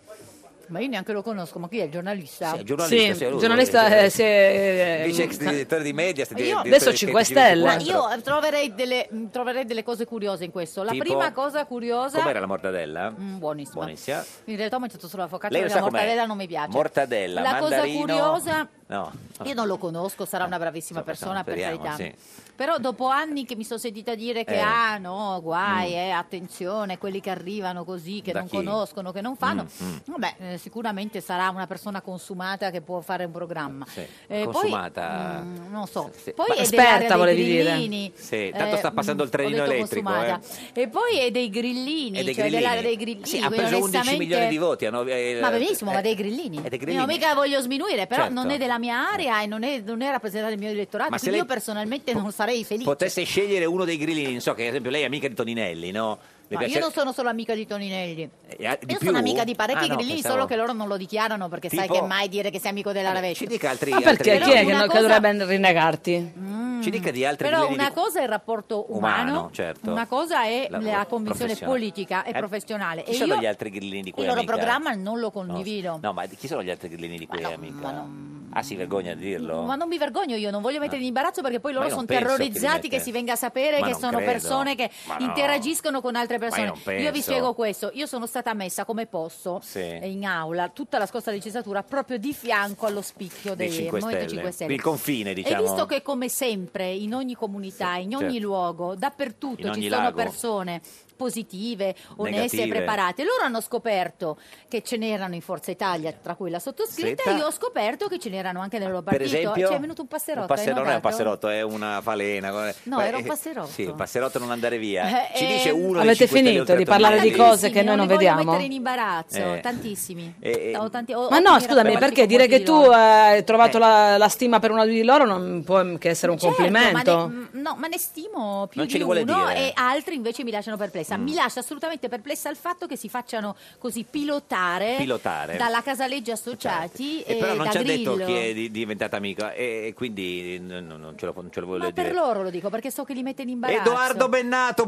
Ma io neanche lo conosco, ma chi è il giornalista?
Sì, il giornalista,
sì,
cioè, lui-
giornalista eh, si è-
Vice ex direttore di media, sta-
Io-
direttore
adesso
di
5
Sky
Stelle.
Ma
TG24.
io eh, troverei delle, mh, troverei delle cose curiose in questo. La
Tipo?
prima cosa curiosa.
Com'era la mortadella?
Mm, buonissima.
Buonissima.
In realtà ho mangiato solo la focaccia
Lei lo
perché
sa
la
com'è?
mortadella non mi piace.
Mortadella,
la cosa
mandarino.
curiosa.
No.
Io non lo conosco, sarà una bravissima persona per
speriamo,
carità.
sì.
Però dopo anni che mi sono sentita dire che
Eh. Mm.
ah no, guai, eh, attenzione, quelli che arrivano così, che
Da
non
chi?
conoscono, che non fanno,
Mm, mm.
vabbè, eh, sicuramente sarà una persona consumata che può fare un programma.
Sì.
Eh, poi-
Consumata.
Mm, non so,
Sì.
poi
Ma-
è
Esperta,
dell'area dei
volevi dire.
grillini.
Sì, tanto sta passando il
mm, ho
trenino
detto
elettrico,
consumata. E poi è dei grillini,
E dei
cioè
grillini.
dell'area dei grillini.
Sì, ha
quindi
preso 11
onestamente-
milioni di voti. hanno- eh,
Ma benissimo, ma
eh,
dei grillini.
è dei
Io
grillini.
mica voglio sminuire, però
Certo.
non è della mia area e non è, non è rappresentata il mio elettorato.
Ma se
Quindi
lei
io personalmente non sarei felice.
Potesse scegliere uno dei grillini, non so che ad esempio lei è amica di Toninelli, no? Le
Ma
piace-
io non sono solo amica di Toninelli.
Eh, ah, di
Io
più?
sono amica di
Ah,
parecchi
no,
grillini,
pensavo-
solo che loro non lo dichiarano perché sai
Tipo-
che mai dire che sei amico della Ravetta.
Ci dica altri.
Ma perché?
altri-
Chi è che,
Però
no-
una
che
cosa-
dovrebbe negarti?
Ci dica di altri
Però
grillini.
una cosa è il rapporto umano,
Umano, certo.
una cosa è la,
Lavoro
convinzione
professionale.
politica e
Eh,
professionale.
Chi
E
sono
io
gli eh? altri grillini di cui
il
è
loro
amica?
programma non lo
No,
condivido.
No, ma chi sono gli altri grillini di cui è amica? Ah, si vergogna di dirlo?
Ma non mi vergogno io, non voglio mettere in imbarazzo perché poi
Ma
loro
io
sono
non penso che li
terrorizzati che
mette-
si venga a sapere
Ma
che
non
sono
credo.
persone che
Ma no.
interagiscono con altre
io
persone.
non
Io, vi
penso.
spiego questo, io sono stata messa come posso
Sì.
eh, in aula tutta la scorsa legislatura proprio di fianco allo spicchio
Dei
del
5
Movimento
Stelle.
5 Stelle.
Il confine,
E
diciamo.
visto che come sempre in ogni comunità, in ogni
certo.
luogo, dappertutto
In
ci
ogni
sono
lago.
persone positive, oneste
Negative.
e preparate, loro hanno scoperto che ce n'erano in Forza Italia, tra cui la sottoscritta,
Senta.
e io ho scoperto che ce n'erano anche nel loro
Ah, Per
partito.
esempio?
Cioè, è venuto un passerotto.
Un passer-
hai
non è un
notato?
passerotto, è una falena. come-
No,
Beh,
era un
eh,
passerotto.
Sì, il passerotto non andare via.
Eh,
Ci
eh,
dice uno
avete
dei 5
finito
Stelle
di
oltre a
parlare di
Toninelli.
cose che noi non
li voglio
vediamo?
mettere in imbarazzo,
Eh.
tantissimi.
Eh, eh.
Ho tanti- ho-
Ma
ho
no,
tanti
scusami,
rapporti
perché
con
dire
molti
che
di
tu
loro.
eh, hai trovato la, la stima per uno di loro non può che essere un
Certo,
complimento.
Ma ne, m- no, ma ne stimo più
Non ce
di
li vuole
uno
dire.
e altri invece mi lasciano perplessa.
Mm.
Mi lascia assolutamente perplessa il fatto che si facciano così pilotare,
Pilotare. Certo.
dalla Casaleggio Associati
E
e,
eh, però non
da
ci ha
eh, Grillo.
detto chi è di- diventata amica eh, e e quindi n- non, non ce lo, non ce lo vuole
Ma
dire.
per loro lo dico perché so che li mette in imbarazzo.
Edoardo Bennato,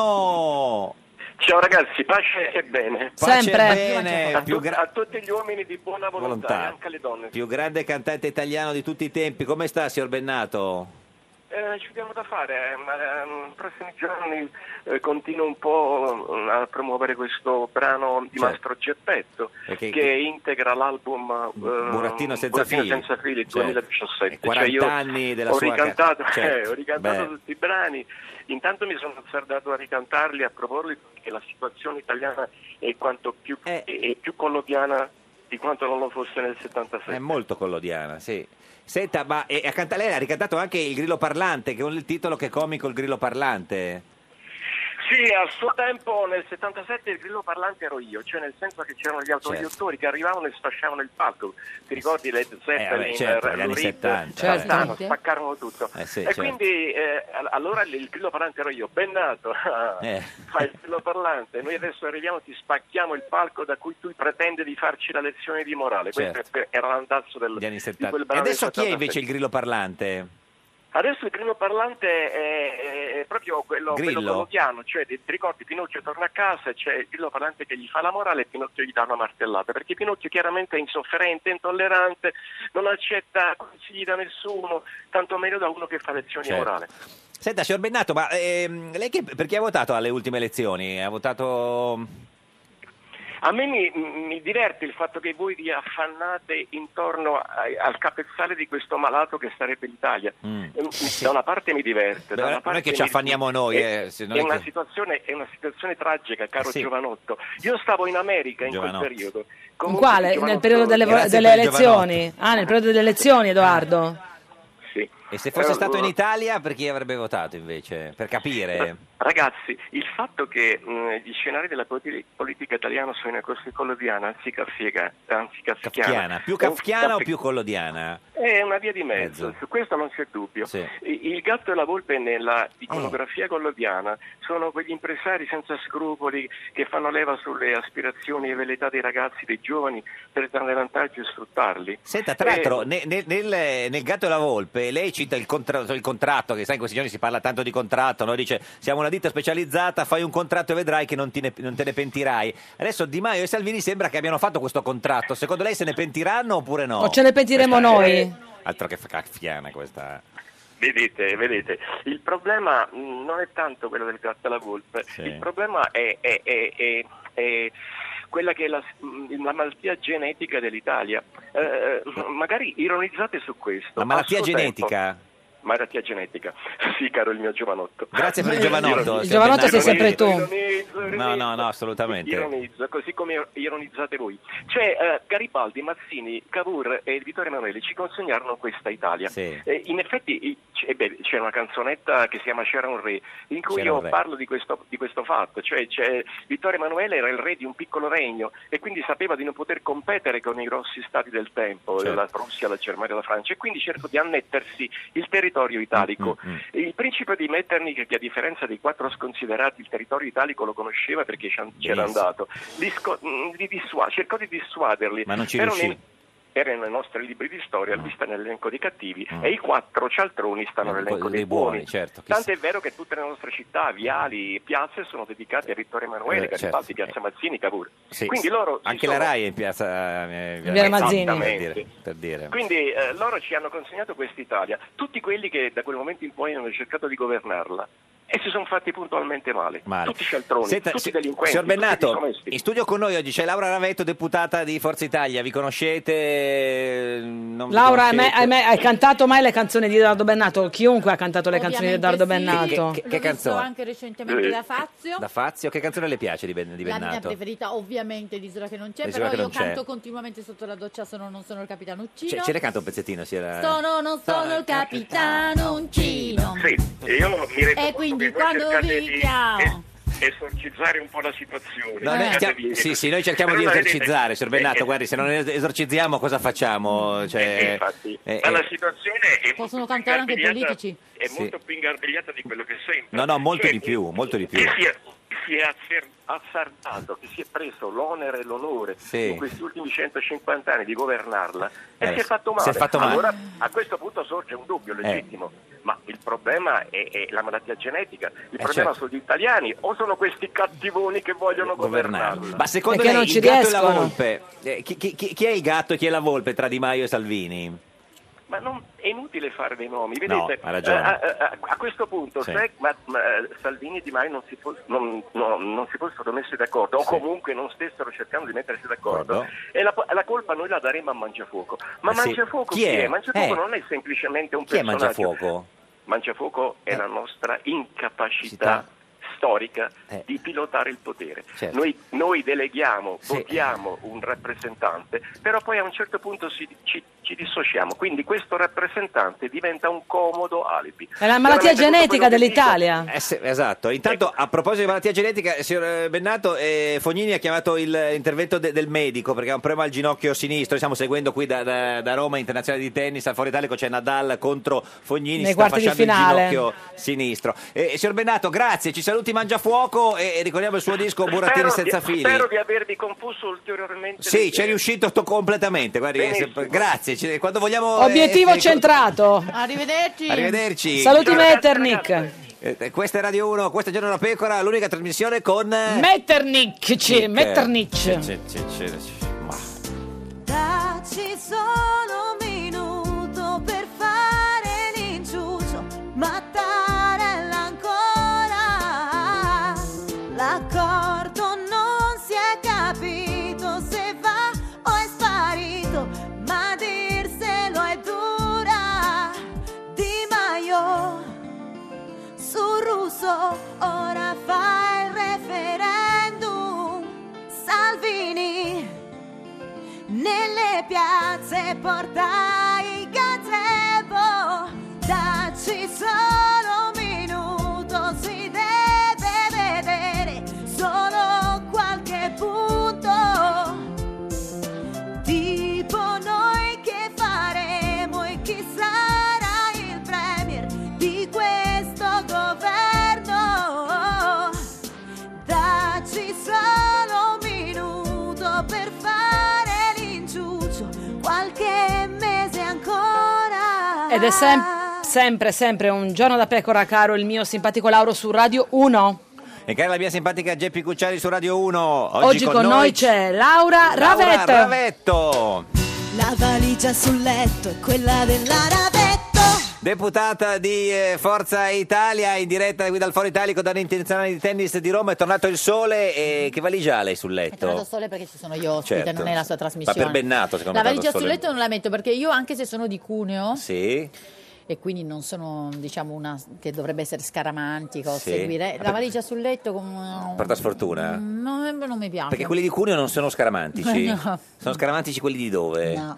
buongiorno!
Ciao ragazzi, pace e bene.
Pace e Sempre. bene,
A, tu-
più gra-
a tutti gli uomini di buona volontà,
Volontà.
e anche alle donne.
Più grande cantante italiano di tutti i tempi, come sta signor Bennato?
Eh, ci abbiamo da fare, ma ehm, nei prossimi giorni eh, continuo un po' mm, a promuovere questo brano di
Certo.
Mastro Geppetto
Perché-
che integra l'album eh,
Burattino senza fili.
senza fili
Certo.
2017.
E 40
Cioè, io
anni della
ho
sua ca-
ricantato,
Certo.
eh, ho ricantato
Beh.
tutti i brani, intanto mi sono azzardato a ricantarli, a proporli perché la situazione italiana è quanto più,
Eh.
è più colloquiana di quanto non lo fosse nel 76.
È molto collodiana, sì. Senta, ma e, e a canta- lei ha ricantato anche il grillo parlante, che è un- il titolo che è comico il grillo parlante.
Sì, al suo tempo nel 77 il grillo parlante ero io, cioè nel senso che c'erano gli
Certo.
autodirettori che arrivavano e sfasciavano il palco. Ti ricordi Led Zeppelin,
vabbè, certo,
eh,
gli anni
Lou Reed,
70,
spaccarono,
certo.
spaccarono tutto.
Eh sì,
e
certo.
quindi eh, all- allora il grillo parlante ero io, ben nato,
Eh.
fai il grillo parlante, noi adesso arriviamo ti spacchiamo il palco da cui tu pretendi di farci la lezione di morale.
Certo.
Questo era l'andazzo del, di quel
E
brano del
adesso chi è
77.
invece il grillo parlante?
Adesso il primo parlante è, è- è proprio quello,
Grillo?
quello colombiano, cioè ti ti ricordi Pinocchio torna a casa e c'è il grillo parlante che gli fa la morale e Pinocchio gli dà una martellata, perché Pinocchio chiaramente è insofferente, intollerante, non accetta consigli da nessuno, tanto meno da uno che fa lezioni di
Certo.
morale.
Senta, signor Bennato, ma ehm, lei che, per chi ha votato alle ultime elezioni? Ha votato...
A me mi, mi diverte il fatto che voi vi affannate intorno ai- al capezzale di questo malato che sarebbe l'Italia.
Mm.
Eh, Da una parte mi diverte, da
Beh,
una
non è
parte
che ci
mi-
affanniamo noi,
è,
eh, se non
è
è
una
che- Eh,
situazione, è una situazione tragica, caro
Sì.
Giovanotto. Io stavo in America in
Giovanotto.
quel periodo.
In
Comunque,
quale?
Giovanotto-
Nel periodo delle, vo- delle elezioni? Ah, nel periodo delle
Eh,
elezioni, Edoardo.
E se fosse
Eh,
stato in
eh.
Italia, per chi avrebbe votato invece? Per capire.
Ragazzi, il fatto che mh, gli scenari della politi- politica italiana sono in così colloviana, anzi kaffiega- anzi
Chiana.
kafkiana.
Più
è un-
kafkiana o più collodiana?
È una via di mezzo,
Mezzo.
su questo non c'è dubbio.
Sì.
I- Il gatto e la volpe nella iconografia colloviana sono quegli impresari senza scrupoli che fanno leva sulle aspirazioni e velleità dei ragazzi, dei giovani, per trarne vantaggio e sfruttarli.
Senta, tra
Eh,
l'altro, ne- nel, nel- nel Gatto e la Volpe, lei cita il, contra- il contratto, che sai, in questi giorni si parla tanto di contratto, no? dice siamo una ditta specializzata, fai un contratto e vedrai che non, ti ne- non te ne pentirai. Adesso Di Maio e Salvini sembra che abbiano fatto questo contratto, secondo lei se ne pentiranno oppure no?
O ce ne pentiremo
Questa è-
noi?
Altro che fa- caffiana questa...
Vedete, vedete, il problema mh, non è tanto quello del gatto alla volpe, il problema è, è- è- è- è quella che è la, mh, la malattia genetica dell'Italia. Eh, magari ironizzate su questo.
La malattia
A suo
genetica?
tempo- malattia genetica, sì caro il mio giovanotto.
Grazie per il giovanotto.
Il
signor
giovanotto sei
Bennato.
sempre tu.
No, no, no, assolutamente.
Ironizzo, così come ironizzate voi. Cioè, eh, Garibaldi, Mazzini, Cavour e Vittorio Emanuele ci consegnarono questa Italia. Eh, in effetti i- c- eh beh, c'è una canzonetta che si chiama C'era un re, in cui
C'era
io
un re.
parlo di questo, di questo fatto. Cioè, c'è- Vittorio Emanuele era il re di un piccolo regno e quindi sapeva di non poter competere con i grossi stati del tempo,
Certo.
la Russia, la Germania, la Francia, e quindi cercò di annettersi il territorio italico.
Mm,
Il principe di Metternich, che a differenza dei quattro sconsiderati, il territorio italico lo conosceva perché c'era
Benissimo.
c'era andato, Li sco- mh, li dissua- cercò di dissuaderli.
Ma non ci
Erano
riuscì.
nei- Era nei nostri libri di storia, lui sta nell'elenco dei cattivi e i quattro cialtroni stanno nell'elenco dei,
Ah. Mm. Dei buoni, certo. chi
Tanto è vero che tutte le nostre città, viali, piazze sono dedicate a Vittorio Emanuele,
Eh,
Garibaldi,
certo.
Piazza Mazzini, Cavour.
Sì,
Quindi
sì.
loro si
Anche
sono-
la RAI è in piazza eh,
Via Mazzini.
per dire. Per dire.
Quindi eh, loro ci hanno consegnato quest'Italia, tutti quelli che da quel momento in poi hanno cercato di governarla e si sono fatti puntualmente male,
Male.
tutti cialtroni,
Senta,
tutti
si-
delinquenti,
signor
tutti
Bennato,
disonesti.
in studio con noi oggi c'è Laura Ravetto, deputata di Forza Italia. Vi conoscete? Non vi
Laura, hai, mai-
conoscete?
hai mai- hai cantato mai le canzoni di Edoardo Bennato? Chiunque ha cantato le canzoni di Edoardo Bennato.
Che, che- che canzone?
anche recentemente
Eh.
da Fazio.
Da Fazio, che canzone le piace di, Ben- di
La mia
Bennato?
preferita ovviamente di Isola che non c'è,
L'isola
però
che
io
non c'è.
canto continuamente sotto la doccia sono non sono il
Ce,
capitanuccino.
ce le canta un pezzettino, eh. si era...
Sono non sono il capitanuccino.
E io mi rendo
E
conto
quindi
che voi
quando
cercate di
richiamo
esorcizzare un po' la situazione.
No,
Eh.
noi
cercate
stiamo-
di-
sì, sì, noi cerchiamo di
Allora, vedete,
esorcizzare, signor
eh,
Bennato,
eh,
guardi, se non es- esorcizziamo cosa facciamo?
eh,
Cioè,
infatti,
eh,
ma la
eh,
situazione è
Possono
molto più
cantare anche i
ingarbegliata-
politici.
È
Sì.
molto più ingarbegliata di quello che sembra.
no, no, molto
Cioè,
di più, molto di più.
Chi si è, si è azzer- azzardato, chi si è preso l'onere e l'onore
Sì.
in questi ultimi 150 anni di governarla e
Eh,
si è fatto male.
si è fatto male. Eh.
Allora a questo punto sorge un dubbio legittimo, ma il problema è, è la malattia genetica, il problema
certo.
sono gli italiani o sono questi cattivoni che vogliono governarla?
Ma secondo lei il gatto e la volpe, eh, chi, chi- chi- chi è il gatto e chi è la volpe tra Di Maio e Salvini?
Ma non, è inutile fare dei nomi,
No,
vedete?
ha ragione.
eh, a, a- a questo punto,
Sì.
se ma- ma, eh, Salvini e Di Maio non si, fos- non- no, non si fossero messi d'accordo, o comunque non stessero cercando di mettersi d'accordo,
D'accordo.
e la, la colpa noi la daremo a Mangiafuoco. Ma
Eh sì.
Mangiafuoco
Chi
chi è?
è?
Mangiafuoco
Eh.
non è semplicemente un
Chi è
personaggio.
Mangiafuoco?
Mangiafuoco è la nostra incapacità storica di pilotare il potere.
Certo.
Noi, noi deleghiamo, votiamo un rappresentante, però poi a un certo punto si- ci, ci ci dissociamo. Quindi questo rappresentante diventa un comodo alibi.
È la malattia
Veramente tutto
genetica
quello che
dell'Italia.
Eh sì, esatto, intanto a proposito di malattia genetica, signor eh, Bennato, eh, Fognini ha chiamato il- l'intervento de- del medico perché ha un problema al ginocchio sinistro, stiamo seguendo qui da, da- da Roma Internazionale di Tennis, al Foro Italico c'è Nadal contro Fognini,
Nei
si sta
quarti di
fasciando il
finale.
ginocchio sinistro. Eh, signor Bennato, grazie, ci saluti Mangiafuoco e, e ricordiamo il suo disco Burattini
Spero di-
senza fili.
Spero di avervi confuso ulteriormente.
Sì, c'è riuscito to- completamente, guardi, eh, se- grazie, ci- quando vogliamo... eh,
Obiettivo
eh,
centrato.
Arrivederci.
Arrivederci.
Saluti Metternich.
Eh, questa è Radio 1, questa è Giorno da Pecora, l'unica trasmissione con... eh,
Metternich, ci-
C'è,
Metternich.
c'è, c'è, c'è, c'è. Ma-
Dacci solo un minuto per fare l'inciucio, Mattarella ancora. L'accordo non si è capito se va o è sparito, ma dirselo è dura. Di Maio sul russo ora fa il referendum. Salvini nelle piazze porta il gazebo dacci solo un minuto si deve vedere solo qualche punto tipo noi che faremo e chi sarà il premier di questo governo Dacci solo un minuto per fare l'inciuccio, qualche mese ancora.
Ed è sem- sempre, sempre un giorno da pecora, caro il mio simpatico Lauro su Radio 1.
E cara la mia simpatica Geppi Cucciari su Radio 1. Oggi,
Oggi, con, noi, c'è Laura
Laura
Ravetto.
Ravetto,
La valigia sul letto è quella della ravetta.
deputata di eh, Forza Italia, in diretta qui dal Foro Italico dall'Internazionale di Tennis di Roma, è tornato il sole e che valigia ha lei sul
È tornato
letto?
sole perché ci sono io ospite,
Certo.
non è la sua
Ma
trasmissione.
per Bennato, secondo
La
me,
valigia
tanto
sul
sole-
letto non la metto perché io, anche se sono di Cuneo,
Sì.
e quindi non sono, diciamo, una che dovrebbe essere scaramantica o
Sì.
seguire,
Vabbè.
la valigia sul letto con...
Porta sfortuna?
No, non mi piace.
Perché quelli di Cuneo non sono scaramantici.
No.
Sono scaramantici quelli di dove?
No.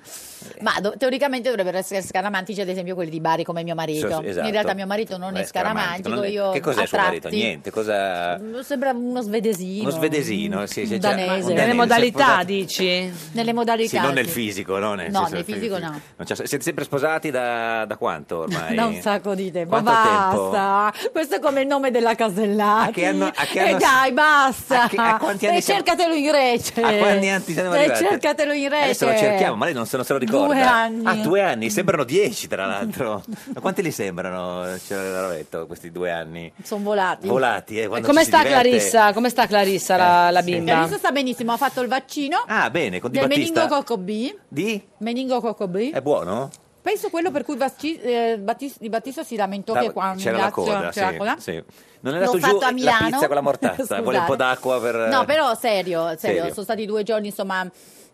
Ma do- teoricamente dovrebbero essere scaramantici, ad esempio quelli di Bari come mio marito.
Sì, esatto.
In realtà mio marito non
Non
è scaramantico,
non è-
io
Che cos'è
a
suo marito?
tratti-
Niente, cosa...
Sembra uno svedesino.
Uno svedesino, sì, sì,
un
cioè,
danese.
un
Nelle
danese,
modalità,
dici?
Nelle
Sì,
modalità.
non nel
sì.
fisico, no? Nel
No,
senso-
nel fisico no.
non c'è- siete sempre sposati da, da quanto ormai?
Da un sacco di tempo,
Quanto tempo?
basta. Questo è come il nome della Casellati.
A che anno- a che
E
anno-
dai, basta.
a che- a quanti anni
e
siamo-
cercatelo in rete.
A quanti anni siamo
E
arrivati?
cercatelo in rete.
Adesso lo cerchiamo, ma lei non se, non se lo ricorda.
Due anni.
Ah, due anni, sembrano dieci tra l'altro. Ma quanti li sembrano, signor Ravetto, questi due anni?
Sono volati.
Volati, eh, quando
Come
ci si
sta
diverte- Eh,
Clarissa? Come sta Clarissa, la, la bimba?
Clarissa sta benissimo, ha fatto il vaccino
Ah, bene, con Di
del
Battista?
meningococco B.
Di?
Meningococco B.
È buono?
Penso quello per cui Vacci- eh, Battis- Di Battista si lamentò
Da-
che quando
c'era
in
la
Lazio
coda,
c'era
sì,
la coda.
sì. Non è
L'ho
andato giù
fatto a
la
Milano.
pizza con la mortazza, vuole un po'
Scusate.
d'acqua per...
eh,
No, però serio, serio,
Serio.
sono stati due giorni insomma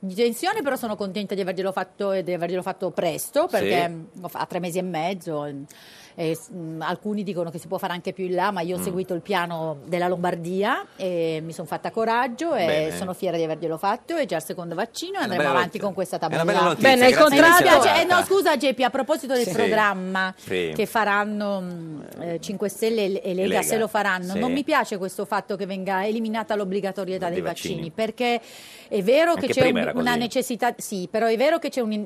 di tensione, però sono contenta di averglielo fatto e di averglielo fatto presto, perché mh, ho fa- a tre mesi e mezzo. mh, e, mh, alcuni dicono che si può fare anche più in là, ma io ho
Mm.
seguito il piano della Lombardia e mi sono fatta coraggio e
Bene.
sono fiera di averglielo fatto. E già il secondo vaccino e andremo
bella
avanti
notizia.
con questa
È una
tabella.
bella notizia, Bene, il grazie
Mi
contratto-
dispiace- eh, no,
Marta.
scusa, Geppi, a proposito del
Sì.
programma
Sì.
che faranno mh, eh, 5 Stelle e e Lega,
Lega.
se lo faranno,
Sì.
non mi piace questo fatto che venga eliminata l'obbligatorietà
Dei
dei
vaccini.
vaccini, perché è vero
Anche
che c'è
prima
un-
era così.
una necessità, sì, però è vero che c'è una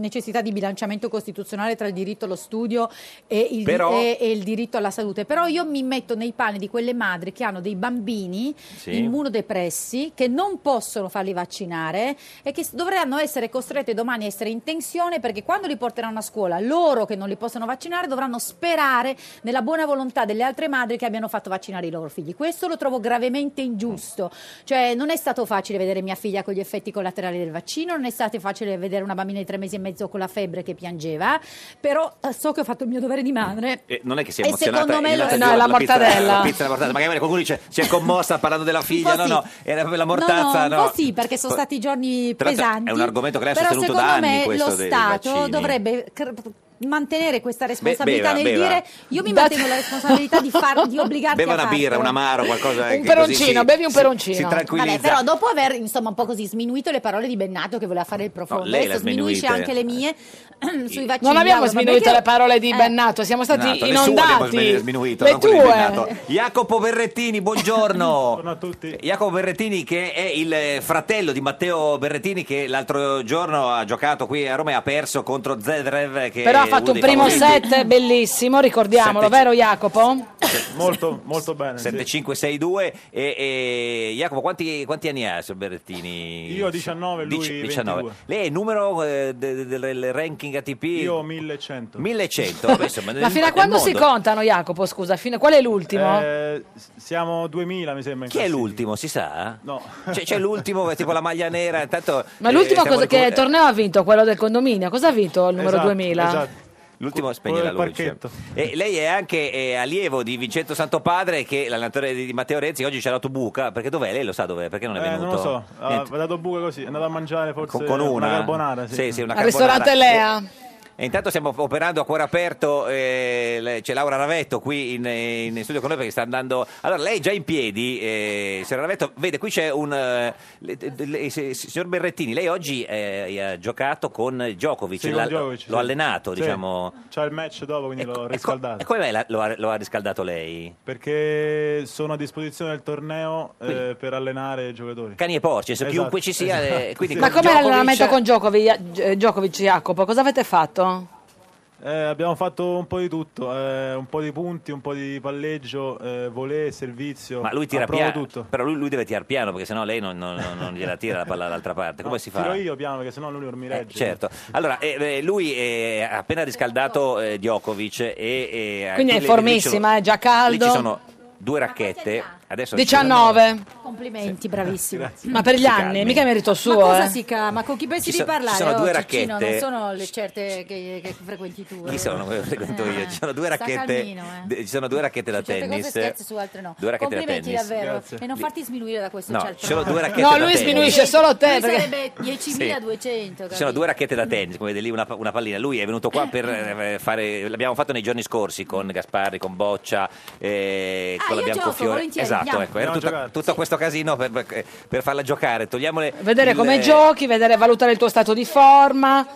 necessità di bilanciamento costituzionale tra il diritto allo studio e il,
Però-
e- e il diritto alla salute, però io mi metto nei panni di quelle madri che hanno dei bambini
Sì.
immunodepressi che non possono farli vaccinare e che s- dovranno essere costrette domani a essere in tensione perché quando li porteranno a scuola loro che non li possono vaccinare dovranno sperare nella buona volontà delle altre madri che abbiano fatto vaccinare i loro figli. Questo lo trovo gravemente ingiusto. Cioè non è stato facile vedere mia figlia con gli effetti collaterali del vaccino, non è stato facile vedere una bambina di tre mesi e mezzo con la febbre che piangeva, però eh, so che ho fatto il mio dovere di madre.
Eh, non è che si è
E
emozionata
secondo me
è
lo-
andata
no,
giù
è la
pizza-
mortadella.
la pizza e la mortazza magari qualcuno dice si è commossa parlando della figlia no
sì.
no era per la mortazza
no,
no, cioè,
no, un po' sì, perché sono stati giorni
Tra l'altro
pesanti.
è un argomento che lei ha
però
sostenuto
secondo
da anni,
me
questo
lo
dei
Stato
vaccini.
dovrebbe cr-
mantenere questa responsabilità
beva,
nel
beva.
dire io mi mantengo la responsabilità di, far, di obbligarti
Beva
a
una
farlo.
birra, un amaro, qualcosa
Un
che
peroncino,
così
bevi un
si-
peroncino.
Si, tranquillizza.
Vabbè, però dopo aver insomma un po' così sminuito le parole di Bennato che voleva fare il profondo,
No, lei
adesso
l'ha
sminuisce
sminuite.
anche le mie sui vaccini.
Non abbiamo
Laura, ma
sminuito
perché-
le parole di
Eh.
Bennato, siamo stati
Nato, Esatto, nessuno abbiamo
inondati.
smin- sminuito,
le
non quello di Bennato.
tue.
Jacopo Berrettini, buongiorno. buongiorno a tutti. Jacopo Berrettini che è il fratello di Matteo Berrettini che l'altro giorno ha giocato qui a Roma e ha perso contro Zedrev che
Però
è
ha
uno
fatto un
dei
primo
favoriti.
set bellissimo, ricordiamolo,
Sette-
vero Jacopo?
Molto, molto
Ah,
bene. 7562 e, e Jacopo quanti, quanti anni ha Sir Berrettini?
Io 19, lui 22.
Lei è il numero eh, de- de- del ranking ATP?
Io 1100.
1100. vabbè, insomma,
Ma
nel-
fino a
nel
quando si
mondo.
contano, Jacopo? Scusa, fino- qual è l'ultimo?
Eh, s- siamo 2000 mi sembra. in
Chi è
classifica.
l'ultimo, si sa?
No.
C'è, c'è l'ultimo, tipo la maglia nera. Intanto,
Ma
eh,
l'ultimo
stiamo
cosa- che
ricorda-
torneo ha vinto? Quello del condominio? Cosa ha vinto il numero
Esatto,
2000?
esatto. L'ultimo spegne la
quello del
luce. E lei è anche eh, allievo di Vincenzo Santopadre, che è l'allenatore di di Matteo Renzi. Oggi c'è la Tubuca. Perché dov'è? Lei lo sa dov'è? Perché non è
Eh,
venuto?
non lo so, ha
Niente.
ha dato buca così, è andato a mangiare forse
Con- con una?
carbonara. Sì,
Sì, sì, una
Al
carbonara.
ristorante Lea.
E intanto stiamo operando a cuore aperto, eh, le- c'è Laura Ravetto qui in, in studio con noi perché sta andando... Allora, lei è già in piedi, eh, signora Ravetto, vede qui c'è un... eh, le- le- se- signor Berrettini, lei oggi eh, ha giocato con Djokovic,
Sì, con
l'ha-
Djokovic,
l'ho
sì.
allenato,
Sì.
diciamo...
C'ha il match dopo,
Ecco,
quindi l'ho riscaldato.
E come mai la- lo, ha, lo ha riscaldato lei?
Perché sono a disposizione del torneo eh,
Quindi-
per allenare i giocatori.
Cani e porci, insomma,
Esatto,
chiunque ci sia...
esatto.
eh, quindi
Ma
con
com'era
Djokovic-
l'allenamento con Djokovic, eh, Djokovic, Jacopo? Cosa avete fatto?
Eh, abbiamo fatto un po' di tutto, eh, un po' di punti, un po' di palleggio, eh, volée, servizio.
Ma lui tira
approvo
piano,
tutto.
però lui, lui deve tirare piano perché sennò lei non, non- non- non gliela tira la palla dall'altra parte. Come si fa?
Tiro io piano perché sennò lui non mi regge.
Certo, allora eh, eh, lui eh, ha appena riscaldato eh, Djokovic e, e
Quindi è in
lì- lì ci
formissima,
sono-
è già
Lì ci
caldo.
sono due racchette, adesso
19.
Complimenti, bravissimo.
Ma per gli
Si
anni,
calmi.
mica è merito
Ma
suo.
cosa
eh.
si chiama? Con chi pensi
Ci
di
so-
parlare?
ci sono due
oh, Ciccino,
racchette.
non sono le certe che, che frequenti tu.
Chi
eh.
sono? Come frequento io? Ci sono due
sta
racchette,
calmino, eh.
de- ci sono due racchette da
Certe cose
tennis.
scherzi su altre no.
Due racchette da
Complimenti
tennis.
davvero.
Grazie.
E non farti sminuire da questo
No,
cialtrone.
ci sono due racchette
No,
da
lui
tennis.
sminuisce solo te.
Lui
perché-
sarebbe 10.200.
Ci sono
capito?
due racchette da tennis, come vede lì una, pa- una pallina. Lui è venuto qua per eh, fare. L'abbiamo fatto nei giorni scorsi con Gasparri, con Boccia, eh,
Ah,
con la
io gioco,
Biancofiore.
volentieri,
Esatto,
andiamo.
ecco,
Andiamo
era
a
tutto,
giocare.
tutto questo casino per, per- per farla giocare. Togliamole.
Vedere
il- eh,
come giochi, vedere, valutare il tuo stato di forma.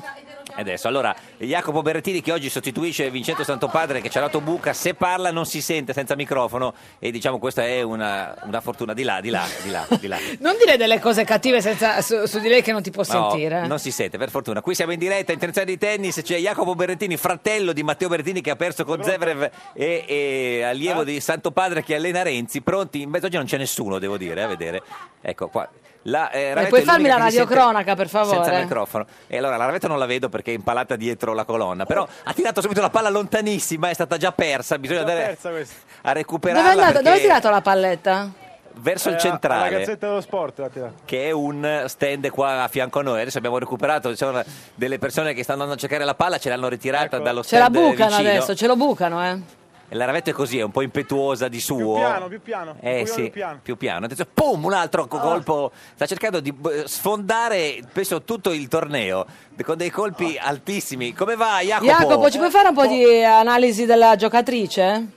Adesso, allora, Jacopo Berrettini che oggi sostituisce Vincenzo Santopadre che ci ha dato buca, se parla non si sente senza microfono e diciamo questa è una, una fortuna di là, di là, di là, di là.
Non dire delle cose cattive senza- su, su di lei che non ti può
No,
sentire.
non si sente, per fortuna. Qui siamo in diretta, internazionale di tennis, c'è Jacopo Berrettini, fratello di Matteo Berrettini che ha perso con Zevrev e, e allievo di Santo Padre che allena Renzi. Pronti? In mezzo oggi non c'è nessuno, devo dire, a vedere. Ecco qua. La, eh,
E
Ravetto
puoi
è l'unica
farmi la
che si sente
radiocronaca, per
Senza
favore?
microfono. E allora la Ravetto non la vedo perché è impalata dietro la colonna, però ha tirato subito la palla lontanissima, è stata già persa, bisogna andare a
Dove, è
recuperarla
andato- dove hai
perché-
tirato la palletta?
verso
Eh,
il
a-
centrale
alla Gazzetta dello Sport l'ha tirato.
che è un stand qua a fianco a noi. Adesso abbiamo recuperato ci sono delle persone che stanno andando a cercare la palla, ce l'hanno ritirata
Ecco.
dallo
Ce la
stand
bucano
vicino.
adesso, ce lo bucano, eh.
E la Ravetto è così, è un po' impetuosa di suo.
Più piano, più piano.
Eh
Vogliamo
sì,
più piano. Ah.
Attenzione, pum, un altro co- colpo. Sta cercando di eh, sfondare, penso, tutto il torneo con dei colpi
Ah.
altissimi. Come va Jacopo?
Jacopo, ci puoi fare un po' di analisi della giocatrice?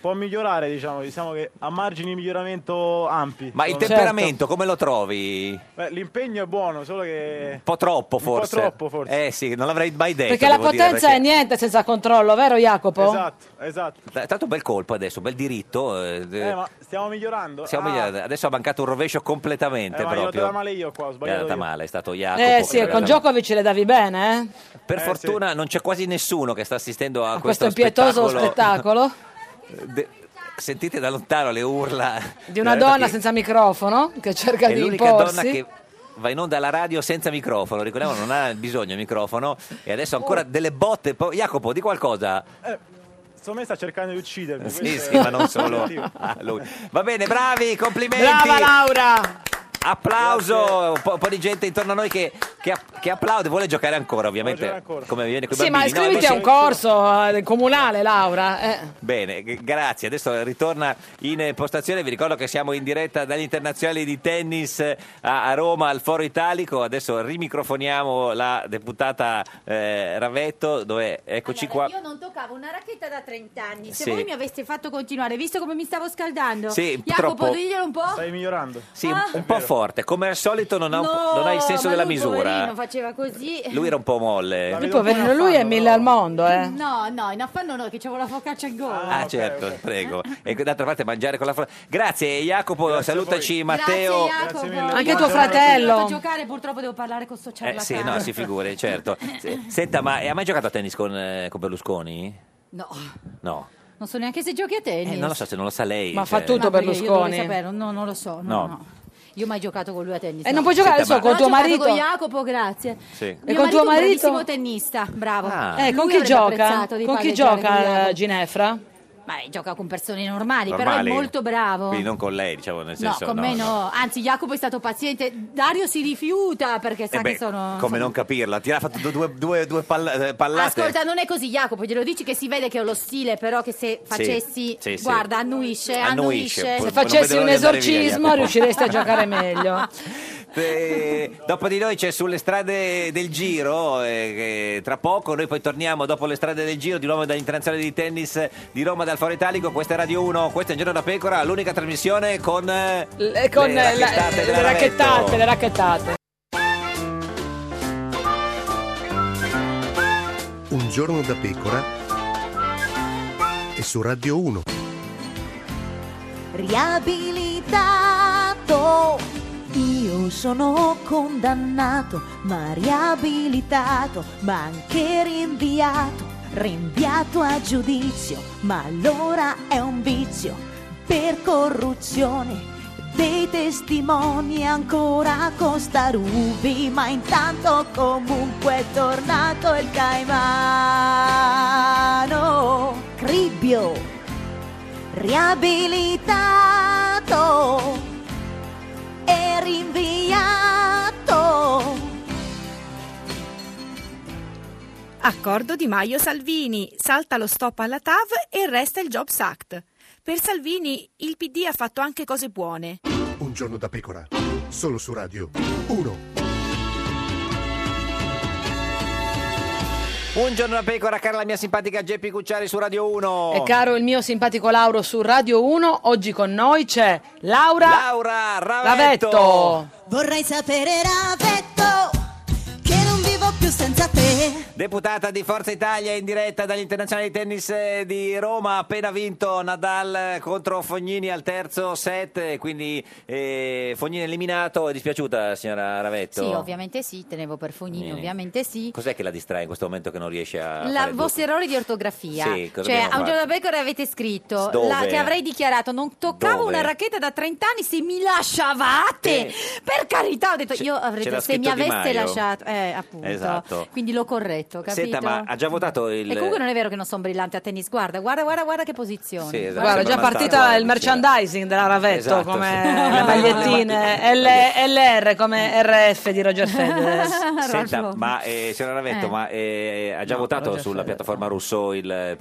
Può migliorare, diciamo, diciamo che ha margini di miglioramento ampi.
Ma il
Secondo me.
temperamento
certo.
come lo trovi? Un
Beh, l'impegno è buono, solo che
po' troppo forse.
troppo, forse.
Eh sì, non l'avrei mai detto.
Perché la
devo dire,
potenza è
perché-
niente senza controllo, vero Jacopo?
Esatto, esatto.
È stato un bel colpo adesso, un bel diritto. eh,
Eh, ma stiamo migliorando.
siamo
Ah,
migliorati. Adesso ha mancato un rovescio completamente
eh, ma glielo
proprio.
dava male io qua, ho
È
sbagliato.
andata
io.
male, è stato Jacopo.
Eh sì,
Era
con
andata-
Djokovic le davi bene, eh?
Per fortuna non c'è quasi nessuno che sta assistendo a,
Questo impietoso spettacolo
De- Sentite da lontano le urla
di una
Guardate
donna
che
senza microfono che cerca
Eh, è
di
l'unica donna
imporsi.
che va in onda alla radio senza microfono. Ricordiamo, non ha bisogno di microfono. E adesso
Oh.
ancora delle botte. po- Jacopo, di qualcosa.
Secondo me sta cercando di uccidermi.
Sì,
questo
sì,
è-
ma non solo a lui. Va bene, bravi, complimenti.
Brava Laura!
Applauso, un po', un po' di gente intorno a noi che, che Che, app- che applaude, vuole giocare ancora, ovviamente. Come viene coi
Sì, ma
bambini. No,
iscriviti a
adesso-
un corso eh, comunale, Laura. eh.
Bene, g- grazie. Adesso ritorna in eh, postazione. Vi ricordo che siamo in diretta dagli internazionali di tennis eh, a, a Roma al Foro Italico. Adesso rimicrofoniamo la deputata eh, Ravetto. Dove eccoci qua.
Io non toccavo una racchetta da 30 anni. Se
Sì.
voi mi aveste fatto continuare, visto come mi stavo scaldando,
Sì,
Jacopo,
troppo.
diglielo un po'.
Stai migliorando.
Sì, un, un po' forte, come al solito non ha, un po- non ha il senso
Ah. ma
della
lui,
misura.
poverino, faceva così.
Lui era un po' molle.
Lui, poverino, lui è mille al mondo, eh.
No, no, in affanno no, che c'avevo la focaccia in gola.
Ah, certo, prego. E d'altra parte mangiare con la fro- Grazie Jacopo, salutaci Matteo.
Grazie, Jacopo.
Anche tuo fratello.
Non giocare, purtroppo devo parlare con sto
Eh,
ciarlatano.
sì, no, si figuri, certo. Se- Senta, ma ha mai giocato a tennis con, eh, con Berlusconi?
No,
No.
non so neanche se giochi a
Eh,
tennis.
non lo so se non lo sa lei.
Ma
cioè-
fa tutto
Ma io- Io
Berlusconi.
dovrei saperlo, no, non lo so. No,
No.
no. Io ho mai giocato con lui a tennis. Cioè,
E Eh, non puoi giocare
Senta,
adesso
ma-
con
Ho
tuo
giocato
marito?
con Jacopo, grazie.
Sì.
E con tuo
è un
marito?
bravissimo tennista, bravo.
Ah.
Eh, con
Lui
chi
avrebbe
gioca?
apprezzato di
Con chi
palleggiare con
gioca
Jacopo.
eh, Ginefra?
Ma eh, gioca con persone normali,
Normali.
però è molto bravo.
Quindi non con lei, diciamo, nel
No,
senso...
con me no. Anzi, Jacopo è stato paziente. Dario si rifiuta perché
Eh
sa
beh,
che sono.
come non capirla? Ti ha fatto due, due- due palla- eh, pallate.
Ascolta, non è così, Jacopo. Glielo dici che si vede che ho lo stile, però che se facessi.
sì, sì.
guarda, annuisce,
Annuisce,
annuisce.
poi-
Se
non vedo
facessi
l'ora
un
di andare via,
esorcismo
Jacopo.
riusciresti a giocare meglio.
Eh, dopo di noi c'è sulle strade del giro. eh, che tra poco noi poi torniamo dopo le strade del giro di nuovo dall'internazionale di tennis di Roma dal Foro Italico. Questa è Radio 1, questa è Un Giorno da Pecora, l'unica trasmissione con, eh,
Le- con
le
eh, la-
racchettate della
le racchettate,
Ravetto.
le racchettate.
Un giorno da pecora e su Radio 1.
Riabilitato, io sono condannato, ma riabilitato, ma anche rinviato, rinviato a giudizio, ma allora è un vizio per corruzione. Dei testimoni ancora costa rubi, ma intanto comunque è tornato il caimano. Cribbio riabilitato e rinviato.
Accordo di Maio Salvini, salta lo stop alla TAV e resta il Jobs Act. Per Salvini il PD ha fatto anche cose buone.
Un giorno da pecora, solo su Radio 1.
Un giorno da pecora, cara la mia simpatica Geppi Cucciari su Radio 1.
E caro il mio simpatico Lauro su Radio 1, oggi con noi c'è Laura,
Laura
Ravetto.
Vorrei sapere, Ravetto, che non vivo più senza te.
Deputata di Forza Italia in diretta dagli internazionali di tennis eh, di Roma, ha appena vinto Nadal contro Fognini al terzo set, eh, quindi eh, Fognini eliminato, è dispiaciuta signora Ravetto?
Sì, ovviamente sì, tenevo per Fognini,
Mm.
ovviamente sì.
Cos'è che la distrae in questo momento che non riesce
La,
a... Ah, fare
i
due-
vostri errori di ortografia.
Sì, cosa
cioè,
abbiamo
a un giorno
fatto?
da pecora avete scritto
Dove?
la- che avrei dichiarato: non toccavo
Dove?
una racchetta da 30 anni se mi lasciavate. Per carità, ho detto
C'è-
io avrei
c'era
se mi
scritto Di
aveste
Maio.
lasciato. Eh, appunto.
Esatto.
Quindi l'ho corretto, capito?
Senta, ma ha già votato il...
E comunque non è vero che non sono brillante a tennis. Guarda, guarda, guarda, guarda che posizione.
Sì, esatto,
Guarda, è
sembra
già
una
partita
statua,
il merchandising della Ravetto
Esatto,
come
sì.
le magliettine L- LR come RF di Roger Federer.
Senta, ma eh, signora Ravetto,
Eh.
ma eh, ha già
No,
votato
Roger
sulla piattaforma Rousseau il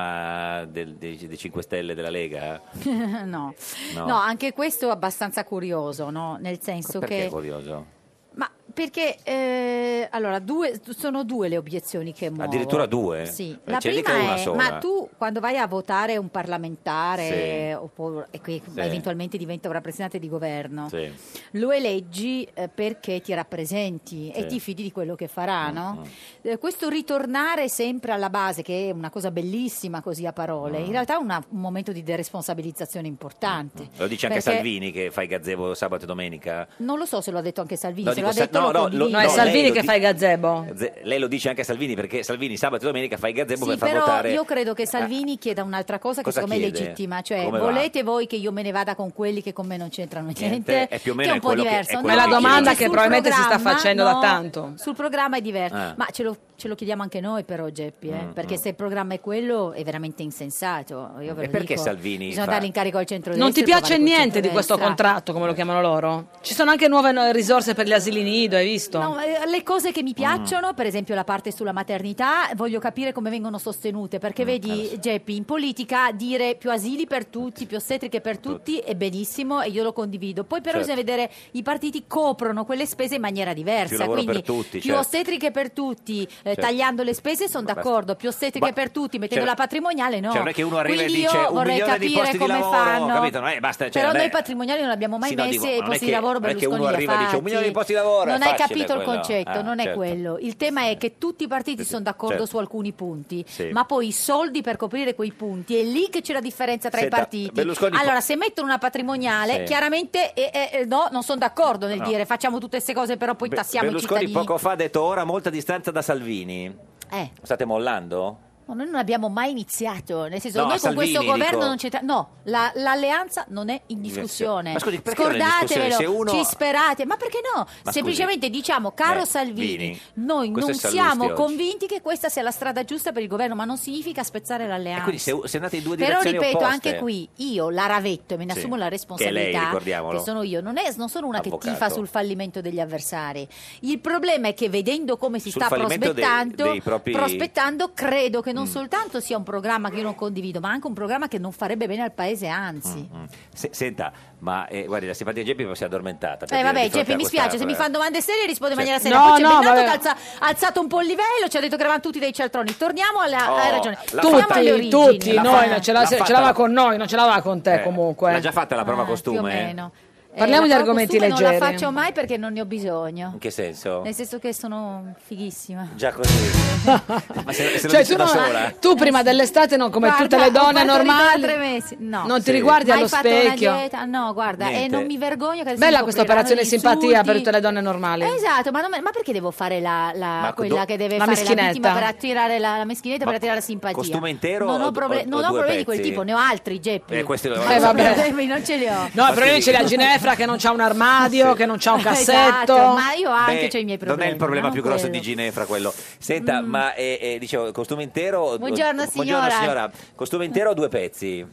programma del- dei, dei 5 Stelle della Lega?
no.
No.
No. anche questo è abbastanza curioso, no? Nel senso
Perché
che.
è curioso?
Ma perché eh, allora due, sono due le obiezioni che muovo.
Addirittura due?
Sì.
Eh,
La
ce ne
prima
dica una
è,
sola.
ma tu quando vai a votare un parlamentare
Sì.
oppure- e qui
Sì.
eventualmente diventa un rappresentante di governo,
Sì.
lo eleggi eh, perché ti rappresenti
Sì.
e ti fidi di quello che
Ah,
farà, no? Eh, questo ritornare sempre alla base, che è una cosa bellissima così a parole,
Mm.
in realtà è una- un momento di deresponsabilizzazione importante.
Lo dice anche
Perché-
Salvini che fa il gazebo sabato e domenica?
Non lo so se lo ha detto anche Salvini,
No,
se
dico
lo ha
Sa-
detto
no,
lo
no, lo-
condivido.
No, è
No, lei
Salvini
lo
che
di-
fa il gazebo.
Z- Lei lo dice anche a Salvini perché Salvini sabato e domenica fa il gazebo
Sì,
per far
però
votare. eh,
io credo che Salvini chieda un'altra cosa che
Cosa
secondo me è
chiede?
legittima, cioè
Come va?
volete voi che io me ne vada con quelli che con me non c'entrano niente?
Niente, è più o meno
che è un
è
po'
quello che- è
diverso.
quello
no?
È la che domanda
Sul
che probabilmente si sta
programma,
facendo da
no,
tanto.
Sul programma è diverso,
Ah.
ma ce lo, ce lo chiediamo anche noi però Geppi, eh,
Mm,
perché
mm.
se il programma è quello è veramente insensato. Io ve
E
lo
perché
dico.
Salvini
Bisogna
fa-
dare l'incarico al centro
Non ti piace niente di questo contratto, come lo chiamano loro? Ci sono anche nuove no- risorse per gli asili nido, Guido, hai visto?
No, eh, le cose che mi
Mm.
piacciono, per esempio la parte sulla maternità, voglio capire come vengono sostenute, perché
Mm, eh,
vedi Geppi, in politica dire più asili per tutti, più ostetriche per tutti è benissimo e io lo condivido. Poi però
Certo.
bisogna vedere i partiti coprono quelle spese in maniera diversa,
Più lavoro
quindi
per tutti,
più
certo.
ostetriche per tutti, eh,
Certo.
tagliando le spese sono
Basta.
d'accordo, più ostetriche
Ma-
per tutti, mettendo
cioè-
la patrimoniale no.
Cioè, non è che uno arriva
quindi
e dice
io
un
vorrei
milione di
capire
posti di
come
lavoro,
fanno.
capito? No, eh, basta, cioè,
però
non è-
noi patrimoniali non abbiamo mai
Sì, no,
messi
dico,
e i
non è
posti
che-
di lavoro
non è che uno
Berlusconi li ha
arriva e dice,
fatti.
"Un milione di posti di lavoro", è
non hai
facile
capito il
quello.
concetto
Ah,
non è
certo.
quello il tema è che tutti i partiti sono d'accordo
certo.
su alcuni punti
Sì.
ma poi i soldi per coprire quei punti è lì che c'è la differenza tra
Senta,
i partiti
Berlusconi-
allora se mettono una patrimoniale
Sì.
chiaramente eh, eh, eh, no non sono d'accordo nel
No.
dire facciamo tutte queste cose però poi
Be-
tassiamo i
Berlusconi
cittadini
poco fa ha detto ora a molta distanza da Salvini.
eh.
State mollando?
No, noi non abbiamo mai iniziato, nel senso
No,
noi
Salvini,
con questo governo
dico.
non c'è no, la- l'alleanza non è in discussione.
Ma scusi, perché non è in
Scordatevelo,
discussione? Se uno-
ci sperate, ma perché no?
Ma
Semplicemente diciamo, caro
Eh,
Salvini,
Vini,
noi
questo
non
è Sallusti
siamo
oggi.
convinti che questa sia la strada giusta per il governo, ma non significa spezzare
E
l'alleanza.
quindi se, se andate in due
Eh. Però
direzioni
ripeto,
opposte...
anche qui io la ravetto e me ne
Sì.
assumo la
Che è lei,
responsabilità.
ricordiamolo.
sono io, non, è- non sono una che
Avvocato.
tifa sul fallimento degli avversari. Il problema è che vedendo come si
Sul
sta
fallimento dei-
prospettando,
dei propri- Mm.
prospettando, credo che non soltanto sia un programma che io non condivido, ma anche un programma che non farebbe bene al paese, anzi.
Mm. Se- senta, ma eh, guardi, la simpatia di Geppi si è addormentata.
Eh
perché di
vabbè,
fronte
Geppi,
a
mi
questa-
spiace, se mi fanno domande serie rispondo in
Certo.
maniera seria.
No,
Poi c'è
no,
Bennato
vabbè.
che alza- ha alzato un po' il livello, ci ha detto che eravamo tutti dei cialtroni. Torniamo alla
Oh,
Ah, hai ragione.
la-
Torniamo alle
tutti,
origini.
tutti,
L'ha
noi,
fatta-
ce la-
l'ha
ce
fatta-
l'aveva con noi, non ce l'aveva con te
Eh,
comunque.
L'ha già fatta la prova
Ah, Più o
costume?
meno. Eh, la
Parliamo di
prova
argomenti
costume Non la
leggeri.
faccio mai perché non ne ho bisogno.
In che senso?
Nel senso che sono fighissima.
Già così. ma se, se lo
Cioè,
dice
tu,
da
non-
sola?
tu prima dell'estate, non, come
Eh, Guarda,
tutte le donne
ho partorito da
normali,
tre mesi. No.
non ti Sì. riguardi
Mai
allo
fatto una
specchio.
dieta? No, guarda, e
Niente.
non mi vergogno che adesso
Bella
mi
questa
copriranno
operazione
gli
simpatia
eh, insulti.
per tutte le donne normali.
Esatto, ma, non me- ma perché devo fare la, la-
Ma
quella
do-
che deve
la
fare
meschinetta?
la vittima per attirare la, la meschinetta,
Ma
per attirare la simpatia?
costume intero
Non
o-
ho, proble-
o-
non
o
ho
due
problemi di quel
pezzi?
tipo, ne ho altri, Geppi.
Eh, questo lo-
Eh, vabbè.
problemi non ce li ho.
No, i problemi ce
sì.
li ha Ginevra che non c'ha un armadio, che non c'ha un cassetto.
Esatto, ma io
Beh,
anche ho i miei problemi.
Non è il problema
ma non
più grosso
quello.
di Ginevra quello. Senta, ma eh, eh, dicevo, costume intero...
Buongiorno, signora.
signora. Costume intero o due pezzi?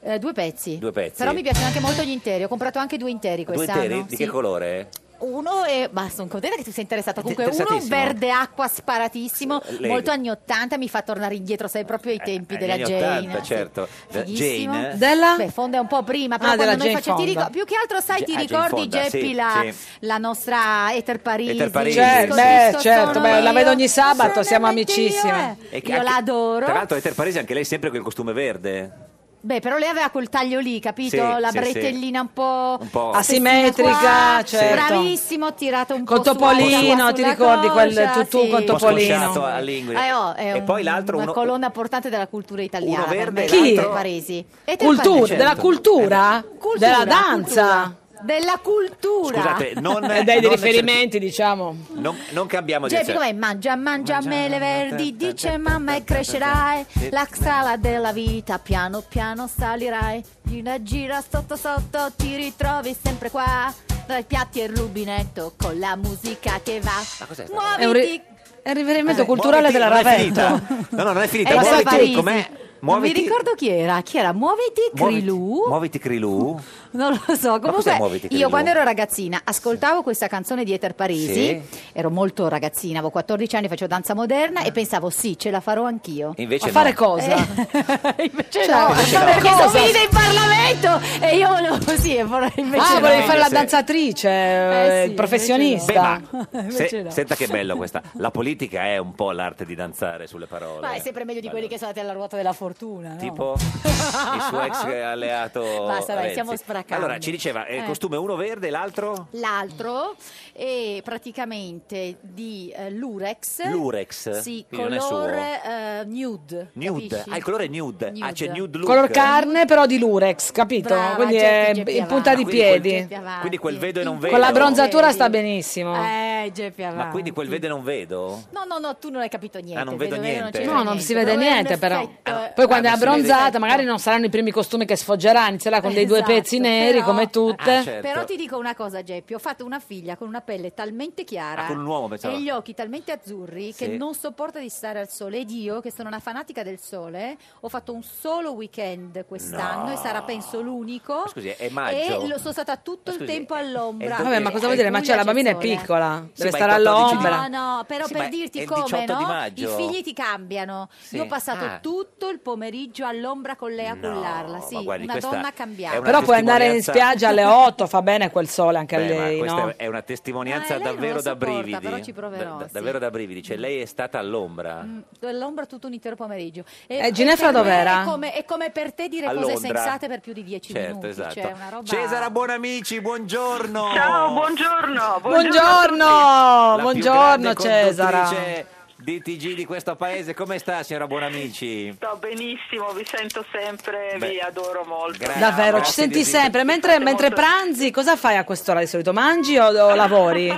Eh, due pezzi.
Due pezzi.
Però mi piacciono anche molto gli interi. Ho comprato anche due interi
Due
quest'anno.
interi? Di
sì.
che colore?
Uno è. Ma sono contenta che tu sia interessato. Comunque, uno
interessatissimo.
verde acqua sparatissimo,
Eh, lei-
molto anni 80, mi fa tornare indietro, sai proprio ai tempi
Eh,
della
negli
Jane.
80, certo. Da
Fighissimo.
Jane? eh?
Beh, Fonda è un po' prima, però
Ah,
quando
della
noi
Jane
facciamo. Ti
Fonda.
ricordo- più che altro, sai,
Ge-
ti
ah, Jane
ricordi,
Fonda, sì,
Geppi, la,
sì.
la nostra Ether Parisi.
Ether Parisi.
Cioè,
Disco,
beh,
disco,
certo,
sono
beh, la
io.
vedo ogni sabato,
Sono
siamo
veramente io,
amicissime.
eh.
E che-
Io
anche-
la adoro.
Tra l'altro Eter Parisi anche lei sempre quel costume verde.
Beh, però lei aveva quel taglio lì, capito?
Sì,
la
sì,
bretellina un po'.
Un po'.
Asimmetrica,
spessina qua,
certo.
Bravissimo, tirato un po'
Col
su,
topolino,
qua,
ti
sulla
ricordi quel
coscia,
tutù
sì.
col
Un po'
Topolino.
scocciato a lingue.
Eh, oh, è
e
un-
poi l'altro
una
uno...
colonna portante della cultura italiana.
Uno
per
verde Certo.
me,
e l'altro-
l'altro Parisi. E te
Cultura,
Parisi.
della cultura?
Cultura,
della danza.
Della cultura.
Scusate, non-
E dai dei
non-
riferimenti, diciamo.
Non, non cambiamo di
Geppi com'è? Mangia, mangia mele verdi, dice mamma e crescerai. La scala della vita, piano piano salirai. Gira, gira, sotto, sotto, ti ritrovi sempre qua. Tra i piatti e il rubinetto, con la musica che va.
Ma cos'è sta
È un,
Muoviti.
ri- è un riferimento
Eh,
culturale
muoviti,
della
non è
Ravetta.
finita. No, no, non è finita.
Era
muoviti,
Parisi.
com'è?
Non mi
Muoviti.
ricordo chi era. Chi era? Muoviti,
Muoviti-
Grilù.
Muoviti Crilù.
Non lo so,
cos'è
comunque
Muoviti, Crillo?
io quando ero ragazzina ascoltavo questa canzone di Eter Parisi,
Sì.
ero molto ragazzina, avevo 14 anni, facevo danza moderna e pensavo sì, ce la farò anch'io.
Eh. Invece
A fare
no. Eh.
cosa?
Invece
Cioè,
no,
ma
perché
perché
sono
cosa?
finita in Parlamento e io volevo sì, e vorrei invece
ah,
no. eh,
volevi fare la
Invece-
danzatrice, eh,
sì,
Beh,
professionista.
ma se- senta che bello questa. La politica è un po' l'arte di danzare sulle parole.
Ma è sempre meglio di quelli che sono andati alla ruota della fortuna, no?
Tipo il suo ex alleato.
Basta, dai,
Renzi.
stiamo sfracando.
Allora, ci diceva, eh, il
Eh.
costume uno verde e l'altro?
L'altro è praticamente di eh, Lurex.
Lurex?
Sì,
Quindi non è suo?
colore eh, nude.
Nude.
capisci?
Ah, il colore è nude. Ah,
Nude.
c'è nude look.
Color carne, però di lurex, capito?
Brava,
Quindi
Geppi,
è
Geppi
in punta
avanti.
di
Ma Ah, quindi quel-
piedi.
Quindi quel vedo e non vedo.
Con la bronzatura
Vedi?
sta benissimo.
Eh, Geppi avanti.
Ma quindi quel vedo e non vedo?
No, no, no, tu non hai capito niente.
Ah, non vedo
vedo- vedo- non
niente. Ah,
c'è
No, non si vede
Quello è un
niente però.
effetto, eh.
Poi quando è
non si vede
abbronzata
niente.
magari non saranno i primi costumi che sfoggerà, inizierà Ah, con dei due
Esatto,
pezzi neri
però-
come tutte.
Ah, certo.
Però ti dico una cosa, Geppi, ho fatto una figlia con una pelle talmente chiara
Ah, con un uomo, pensavo.
e gli occhi talmente azzurri
Sì.
che non sopporta di stare al sole ed io, che sono una fanatica del sole, ho fatto un solo weekend quest'anno
No.
e sarà penso l'unico
Ma scusi, è maggio?
e lo- sono stata tutto
Ma scusi,
il tempo all'ombra.
è il
Vabbè, ma cosa vuol
Eh,
dire? Ma
Puglia
cioè la
c'è il
bambina è
sole.
piccola. deve
ma
stare
il 14 Eh, di-
all'ombra.
No, no, però
Sì, ma
per
è
dirti
il
come,
18 di
no? I
maggio.
figli ti cambiano.
Sì.
Io ho passato
Ah.
tutto il pomeriggio all'ombra con lei a
No,
cullarla.
ma
Sì,
guardi,
una
questa
donna
è
cambiata.
una
Però puoi andare in
testimonianza-
spiaggia alle 8, fa bene quel sole anche
Beh,
a
ma
lei,
questa
no?
è una testimonianza
Ah, lei non
davvero
la
da
sopporta,
brividi.
però ci proverò,
Da- da-
sì. Mm. oh,
Davvero da brividi. Cioè, lei è stata all'ombra.
All'ombra tutto un intero pomeriggio.
Eh, Ginevra
per me
dov'era?
È come, è come per te dire
A
cose
Londra.
sensate per più di dieci
Certo,
minuti.
esatto.
Cioè, una roba...
Cesara Buonamici, buongiorno.
Ciao, buongiorno.
Buongiorno,
La più
buongiorno
grande
Cesara.
conduttrice di TG di questo paese. Come sta, signora Buonamici?
Sto benissimo, vi sento sempre,
Beh,
vi adoro molto.
grazie.
Davvero, ci
Grazie di
senti
esistere.
sempre. Mentre, mentre pranzi, cosa fai a quest'ora di solito? Mangi o, o lavori?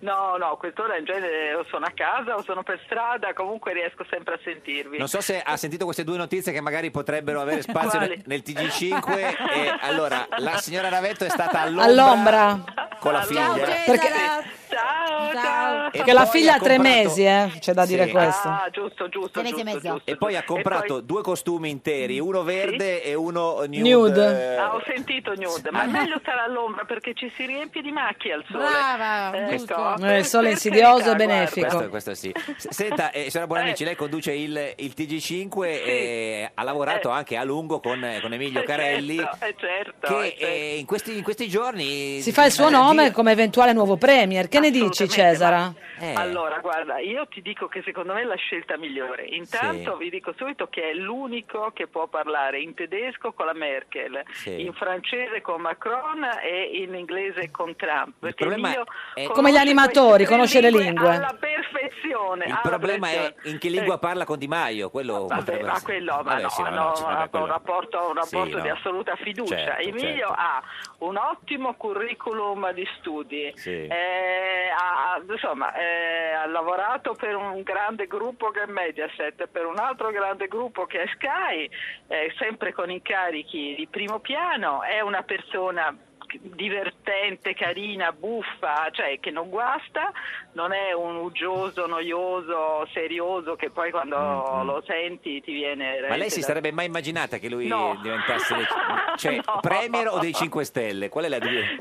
No, no, a quest'ora in genere o sono a casa o sono per strada, comunque riesco sempre a sentirvi.
Non so se ha sentito queste due notizie che magari potrebbero avere spazio
Quali?
nel, nel TG5. e allora, la signora Ravetto è stata all'ombra,
All'ombra.
con la figlia.
Perché,
Ah, Ciao,
ciao.
E
perché la
poi
figlia ha
ha
tre
comprato-
mesi, eh? c'è da dire
Sì.
questo.
Ah,
giusto, giusto.
Sei mesi e mezzo.
E poi ha comprato due costumi interi, uno verde e uno nude. eh,
Nude.
Ah, ho sentito nude, ma è meglio stare all'ombra perché ci si riempie di macchie al sole.
Brava,
ecco.
Eh, il sole è insidioso e
Questo,
benefico.
questo sì. S- Senta, eh, signora Buonamici, lei conduce il, il TG5 e ha lavorato anche a lungo con, eh, con Emilio
Eh,
Carelli.
certo, eh, certo,
che
eh, certo.
eh, in, questi, in questi giorni
Si fa il suo
eh,
nome
gira-
come eventuale nuovo premier. Che ne dici, Cesara?
Allora, guarda, io ti dico che secondo me è la scelta migliore. Intanto
Sì.
vi dico subito che è l'unico che può parlare in tedesco con la Merkel,
Sì.
in francese con Macron e in inglese con Trump. Perché
problema
io
è-
Come gli animatori, conosce le
Ah,
lingue.
alla perfezione.
Il
alla
problema è
perfezione.
in che lingua
Eh,
parla con Di Maio, quello
Vabbè,
potrebbe
ma
essere-
quello ma
Vabbè,
no,
sì, vabbè,
no,
sì, vabbè,
ha un
quello-
rapporto, ha un
Sì,
rapporto di
no.
assoluta fiducia.
Certo,
Emilio
certo.
ha un ottimo curriculum di studi,
Sì.
eh, ha, insomma, eh, ha lavorato per un grande gruppo che è Mediaset, per un altro grande gruppo che è Sky, eh, sempre con incarichi di primo piano, è una persona divertente, carina, buffa, cioè che non guasta, non è un uggioso, noioso, serioso che poi quando lo senti ti viene...
Mm, Ma lei si
da-
sarebbe mai immaginata che lui
No.
diventasse cioè,
No.
premier o dei 5 Stelle? Qual è la due?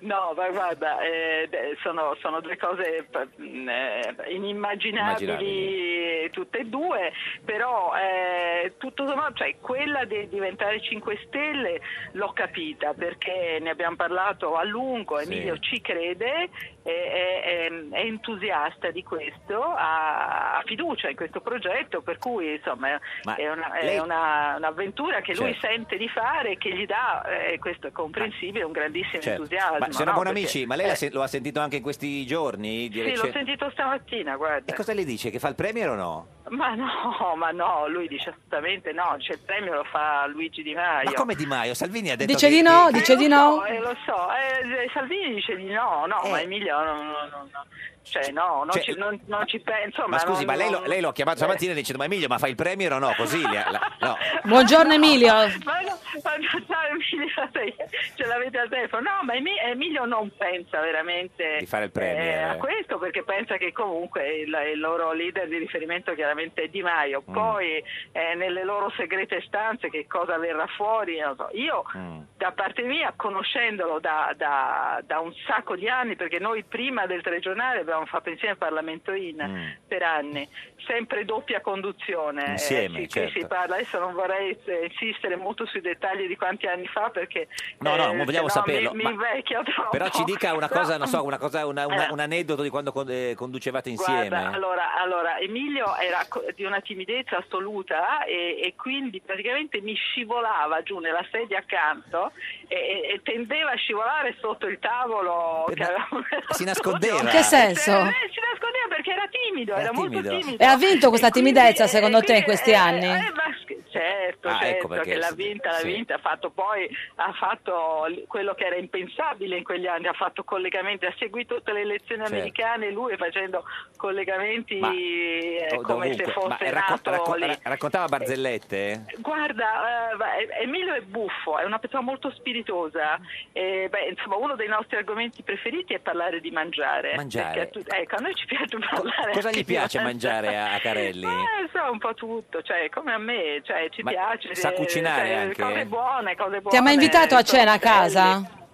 No, ma guarda, eh, beh, sono, sono due cose mm, eh, inimmaginabili, tutte e due, però eh, tutto sommato, cioè, quella di diventare 5 Stelle l'ho capita perché ne abbiamo parlato a lungo, Emilio ci crede, è, è- è- è entusiasta di questo, ha, ha fiducia in questo progetto, per cui insomma
Ma
è, una- è
lei-
una- un'avventura che lui
Certo.
sente di fare e che gli dà, eh, questo è comprensibile, un grandissimo
Certo.
entusiasmo.
Ma signora
no?
Buonamici,
Perché-
ma lei
eh,
la sen- lo ha sentito anche in questi giorni?
sì,
Di
l'ho
recente?
sentito stamattina, guarda.
E cosa le dice? Che fa il premier o no?
Ma no, ma no, lui dice assolutamente no, c'è il premio lo fa Luigi Di Maio.
Ma come Di Maio? Salvini ha detto
Dice
che-
di no,
che-
dice di
No,
no.
eh, lo so, eh, Salvini dice di no, no, ma Emilio no, no, no, no. Cioè, no, non,
Eh. Cioè-
ci, non, non ci penso.
Ma scusi,
non- Eh.
ma lei lo,
non-
lei lo ha chiamato stamattina dicendo ma Emilio, ma fa il premier o no? Così le ha- la- no.
Buongiorno Emilio.
Ma no, ma no, no, Emilio, sai, ce l'avete al telefono. No, ma Emi- Emilio non pensa veramente
Di fare il premier.
eh, a questo perché pensa che comunque il, il loro leader di riferimento chiaramente è Di Maio.
Mm.
Poi eh, nelle loro segrete stanze che cosa verrà fuori? Non so. Io
Mm.
da parte mia, conoscendolo da, da- da un sacco di anni, perché noi prima del regionale abbiamo fatto insieme il Parlamento In
Mm.
per anni, sempre doppia conduzione. eh,
Insieme,
sì, qui
certo.
si parla, adesso non vorrei eh, insistere molto sui dettagli di quanti anni fa perché
No, no, non vogliamo
Eh, se
saperlo,
Mi, mi
ma-
invecchio troppo.
Però ci dica una cosa, non so, una cosa, una- una-
Eh.
un aneddoto di quando con- eh, conducevate insieme.
Guarda, allora, allora, Emilio era co- di una timidezza assoluta e, e quindi praticamente mi scivolava giù nella sedia accanto e, e- e tendeva a scivolare sotto il tavolo. Che avevamo
Si nascondeva.
In che senso?
Eh, si nascondeva perché era timido, era, molto timido.
E ha vinto questa timidezza secondo te in questi
Eh,
anni?
ma sch- certo,
Ah,
certo
ecco perché-
che l'ha vinta, l'ha
sì.
vinta, ha fatto poi ha fatto l- quello che era impensabile in quegli anni, ha fatto collegamenti, ha seguito tutte le elezioni
Certo.
americane lui facendo collegamenti
Ma-
eh,
O-
come
dovunque.
se
Ma
fosse
raccon-
nato
raccon-
lì.
ra- raccontava barzellette?
Guarda, eh, va- eh, Emilio è buffo, è una persona molto spiritosa. E, beh, insomma, uno dei nostri argomenti preferiti è parlare di mangiare.
Mangiare.
Perché a tu- ecco, a noi ci piace parlare.
cosa gli
di
piace mangiare a- a Carelli?
Eh, so, un po' tutto, cioè, come a me, cioè, ci
Ma
piace.
sa
eh,
cucinare
cioè,
anche?
Cose buone, cose buone.
Ti ha mai invitato a
insomma,
cena a casa?
belli.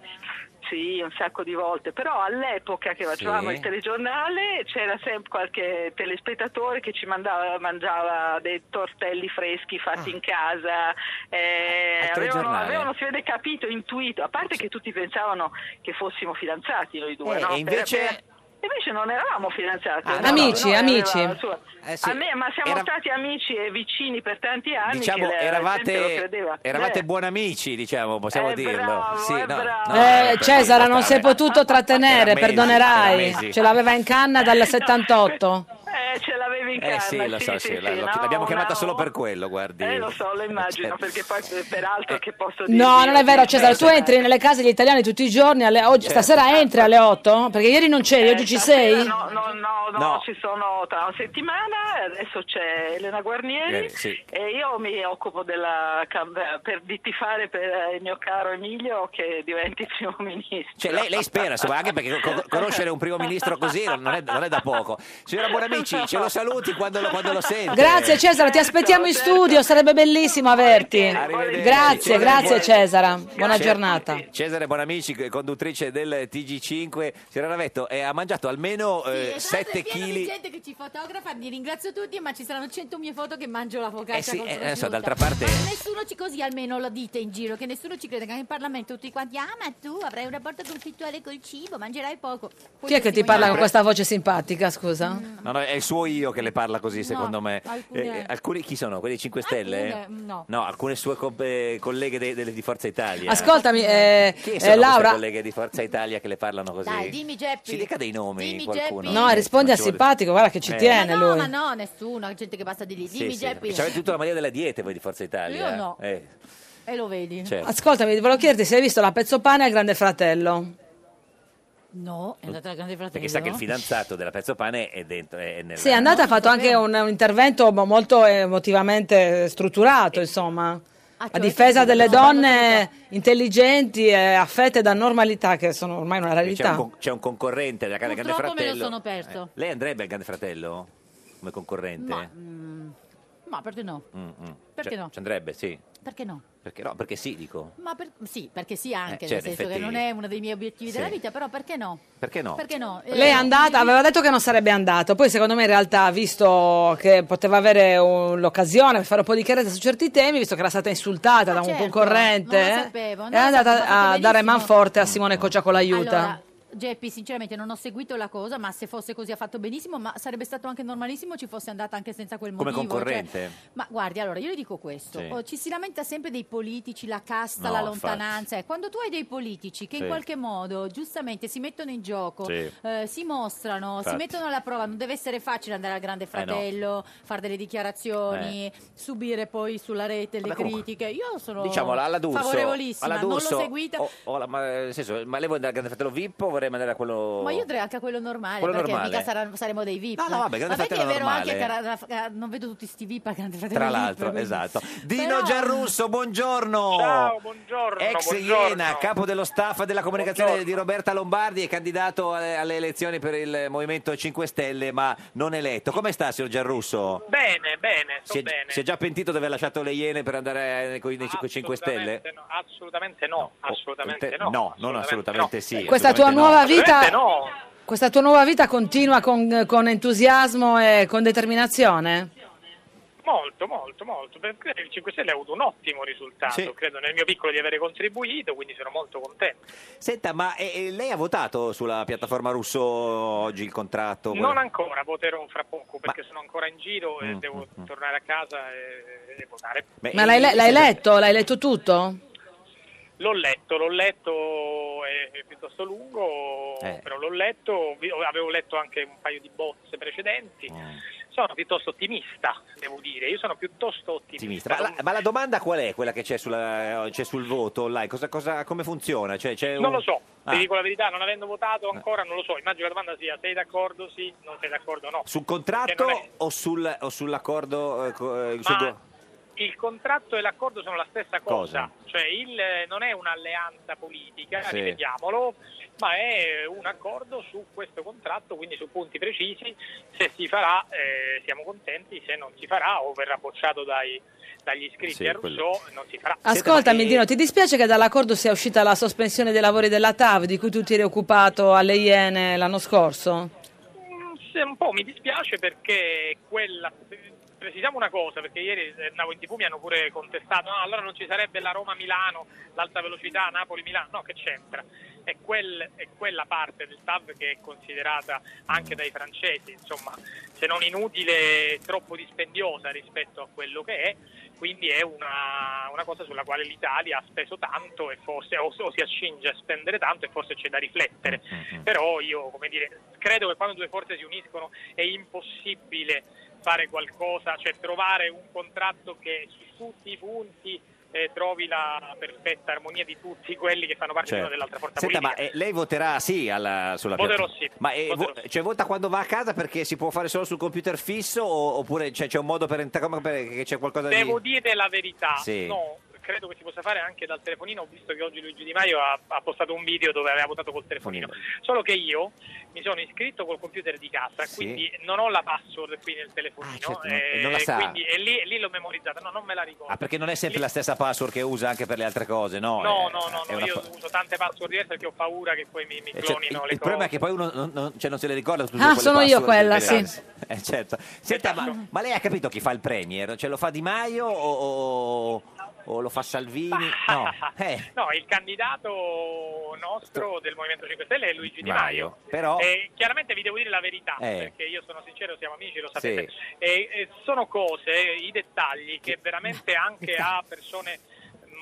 sì, un sacco di volte, però all'epoca che facevamo
Sì.
il telegiornale c'era sempre qualche telespettatore che ci mandava, mangiava dei tortelli freschi fatti
Ah.
in casa, eh,
Al
avevano,
telegiornale.
avevano, si vede, capito, intuito, a parte che tutti pensavano che fossimo fidanzati noi due,
Eh,
no?
e invece-
invece non eravamo fidanzati.
Ah,
no,
no, Amici,
no,
amici.
aveva la sua-
Eh, sì.
A me, ma siamo
Era-
stati amici e vicini per tanti anni. che
Diciamo,
la gente lo
eravate,
credeva.
eravate
Eh.
buoni amici, diciamo, possiamo
Eh,
dirlo.
bravo,
Sì,
eh,
no, no,
Eh,
no,
Cesara, non
vabbè.
si è potuto trattenere,
Era mesi, era
perdonerai.
mesi.
Ce l'aveva in canna dal 78.
Eh sì, lo so, sì, la- la- l'abbiamo chiamata solo per quello, guardi. Cioè,
Eh, lo so, lo immagino, perché poi eh, peraltro che posso dire...
No, non è vero, Cesara. Tu entri nelle case degli italiani tutti i giorni. alle- oggi-
Certo.
Stasera entri alle 8? Perché ieri non c'eri, oggi ci sei?
No, no, no, no,
No.
ci sono tra una settimana, adesso c'è Elena Guarnieri
Eh, sì.
e io mi occupo della cam- per di tifare per il mio caro Emilio che diventi primo ministro.
Cioè, lei, lei spera, insomma, anche perché co- conoscere un primo ministro così non non è, non è da poco. Signora Buonamici, ce lo saluti quando lo, quando lo sente.
Grazie Cesara, ti aspettiamo in studio, sarebbe bellissimo averti. Grazie, grazie Cesara. Buona
Ce-
giornata.
Cesare Bonamici, c- conduttrice del TG5. Signora Ravetto, eh, ha mangiato almeno eh, 7
esatto, di
kg.
gente che ci fotografa, vi ringrazio tutti, ma ci saranno 100.000 foto che mangio la focaccia
Eh sì,
con
eh,
prosciutto.
adesso d'altra parte-
Ma nessuno ci così almeno lo dite in giro, che nessuno ci crede, che anche in Parlamento tutti quanti, ah ma tu avrai un rapporto conflittuale col cibo, mangerai poco. Poi
Chi è che
tutti
ti parla con
vogliono-
questa voce simpatica, scusa?
No, no, è il suo io che le parla così, secondo me.
alcune-
Eh, eh, alcuni chi sono? Quelli 5 Stelle?
Alcune, no.
alcune sue co- eh, colleghe de- delle- di Forza Italia.
Ascoltami, eh,
Chi
eh,
sono queste
Laura.
colleghe di Forza Italia che le parlano così?
Dai, dimmi Geppi.
Ci dica dei nomi
Dimmi,
qualcuno.
Geppi.
No, rispondi
Non
al
ci vuole-
simpatico, guarda che ci
Eh.
tiene
No,
lui.
ma no, nessuno, gente che passa di lì.
Sì,
Dimmi
sì,
Geppi.
perché C'avete tutta la maglia della dieta voi di Forza Italia.
Io no.
Eh,
E lo vedi.
certo.
Ascoltami, volevo chiederti se hai visto la Pezzopane al Grande Fratello.
No, è andata la grande fratello.
Perché sa che il fidanzato della Pezzopane è dentro. È nella-
Sì, è andata, ha fatto anche un, un intervento mo- molto emotivamente strutturato, insomma. A difesa delle donne intelligenti e affette da normalità, che sono ormai una
C'è un,
realità.
Diciamo con- c'è un concorrente della Grande Grande
Purtroppo me lo
Fratello.
sono
Eh,
perso.
Lei andrebbe al Grande Fratello come concorrente?
Ma, mm, ma perché no?
Mm, mm.
Perché
Ci-
no?
Ci andrebbe, sì.
Perché no?
Perché no? Perché sì, dico.
Ma per- sì, perché sì anche,
Eh,
nel
certo,
senso che
effetti-
non è uno dei miei obiettivi
Sì.
della vita, però perché no?
Perché no?
Perché no? Eh,
Lei è andata, aveva detto che non sarebbe andato, poi secondo me in realtà, visto che poteva avere un- l'occasione per fare un po' di chiarezza su certi temi, visto che era stata insultata da un
certo,
concorrente,
non lo sapevo,
è
no, ma
andata
ha fatto
a dare
benissimo.
manforte a Simone Coccia con l'aiuta.
Allora, Geppi, sinceramente non ho seguito la cosa, ma se fosse così ha fatto benissimo, ma sarebbe stato anche normalissimo ci fosse andata anche senza quel
Come
motivo. cioè-
concorrente.
ma guardi, allora io le dico questo,
Sì.
oh, ci si lamenta sempre dei politici, la casta,
No,
la
infatti.
lontananza, eh, quando tu hai dei politici che
Sì.
in qualche modo giustamente si mettono in gioco,
Sì.
eh, si mostrano,
Infatti. Eh,
si mettono alla prova, non deve essere facile andare al grande fratello, fare delle dichiarazioni, subire poi sulla rete le
Vabbè, comunque,
critiche, io sono
Diciamo alla D'Urso.
favorevolissima,
alla D'Urso, oh,
non l'ho seguita.
o- o la- ma, nel senso, ma lei vuole andare al Grande Fratello VIP o vorrebbe andare a quello...
Ma io andrei anche a quello normale,
oh. Quello
perché
normale.
mica sarà- saremo dei VIP.
No, no, vabbè, Grande
eh. Ma perché è
Fratello
vero anche che
normale.
era- eh, non vedo tutti sti VIP al Grande Fratello
Tra
VIP,
l'altro,
quindi.
esatto. Dino
Però-
Giarrusso, buongiorno.
Ciao,
buongiorno. Ex Iena, capo dello staff della comunicazione di Roberta Lombardi e candidato alle, alle elezioni per il Movimento 5 Stelle, ma non eletto. Come sta, signor Giarrusso?
Bene, bene, sto
Si è,
bene.
si è già pentito di aver lasciato le Iene per andare eh, con i 5 Stelle? oh,
Assolutamente no, assolutamente no, assolutamente
Te-
no.
non assolutamente sì.
Questa tua
assolutamente
nuova
no.
vita,
no.
questa tua nuova vita continua con, con entusiasmo e con determinazione?
Molto, molto, molto. Perché il 5 Stelle ha avuto un ottimo risultato,
Sì.
credo nel mio piccolo di avere contribuito, quindi sono molto contento.
Senta, ma eh, eh, lei ha votato sulla piattaforma russo oggi il contratto?
Non ancora, voterò fra poco perché sono ancora in giro e
Mm,
devo tornare a casa e, e votare.
Ma l'hai, le- l'hai letto? L'hai letto tutto?
L'ho letto, l'ho letto, è, è piuttosto lungo,
Eh.
però l'ho letto, vi- avevo letto anche un paio di bozze precedenti.
Mm.
Sono piuttosto ottimista, devo dire, io sono piuttosto ottimista.
Sinistra. Ma la, ma la domanda qual è quella che c'è, sulla- c'è sul voto online? Cosa- cosa- come funziona? Cioè, c'è
Non
un-
lo so,
Ah, Eh.
ti dico la verità, non avendo votato ancora non lo so, immagino la domanda sia sei d'accordo sì, non sei d'accordo no.
Sul
Perché
contratto
non è-
o, sul- o sull'accordo? eh, co- eh, sul
Ma-
go-
il contratto e l'accordo sono la stessa cosa,
Cosa?
cioè il- non è un'alleanza politica,
Sì.
rivediamolo, ma è un accordo su questo contratto, quindi su punti precisi, se si farà eh, siamo contenti, se non si farà o verrà bocciato dai- dagli iscritti
Sì,
a
quello-
Rousseau non si farà.
Ascoltami, Dino, ti dispiace che dall'accordo sia uscita la sospensione dei lavori della TAV di cui tu ti eri occupato alle Iene l'anno scorso?
Se un po' mi dispiace perché quella. Precisiamo una cosa, perché ieri eh, Napoli TV mi hanno pure contestato: no, allora non ci sarebbe la Roma-Milano, l'alta velocità Napoli-Milano. No, che c'entra? È, quel- è quella parte del TAV che è considerata anche dai francesi, insomma, se non inutile, troppo dispendiosa rispetto a quello che è. Quindi è una, una cosa sulla quale l'Italia ha speso tanto e forse, o, o si accinge a spendere tanto e forse c'è da riflettere. Però io, come dire, credo che quando due forze si uniscono è impossibile fare qualcosa, cioè trovare un contratto che su tutti i punti eh, trovi la perfetta armonia di tutti quelli che fanno parte
Certo.
l'una dell'altra forza
Senta,
politica.
ma eh, lei voterà sì alla, sulla
Voterò
piatta-
sì,
Ma eh, vo- cioè, vota quando va a casa perché si può fare solo sul computer fisso o- oppure c'è, c'è un modo per entrare? come per- che c'è qualcosa
Devo
di...
dire la verità,
Sì.
no, credo che si possa fare anche dal telefonino, ho visto che oggi Luigi Di Maio ha, ha postato un video dove aveva votato col telefonino, solo che io mi sono iscritto col computer di casa,
Sì.
quindi non ho la password qui nel telefonino, eh,
certo, non- non la sa.
quindi e lì, lì l'ho memorizzata, no, non me la ricordo.
Ah, perché non è sempre la stessa password che usa anche per le altre cose, no?
No,
Eh,
no, no,
è
no,
una
io
pa-
uso tante password diverse perché ho paura che poi mi, mi
Eh, cioè, il,
clonino le
il
cose.
problema è che poi uno non, non- cioè, non se le ricorda tutte
Ah,
quelle
sono io
password
quella,
delle-
sì.
Eh, certo. Senta, ma, ma lei ha capito chi fa il Premier? Cioè, lo fa Di Maio o, o- o lo fa Salvini? No, eh,
No, il candidato nostro del Movimento 5 Stelle è Luigi Di Maio.
Maio. Però...
Eh, chiaramente vi devo dire la verità,
Eh.
perché io sono sincero, siamo amici, lo
Sì.
sapete. E, e sono cose, i dettagli che veramente anche a persone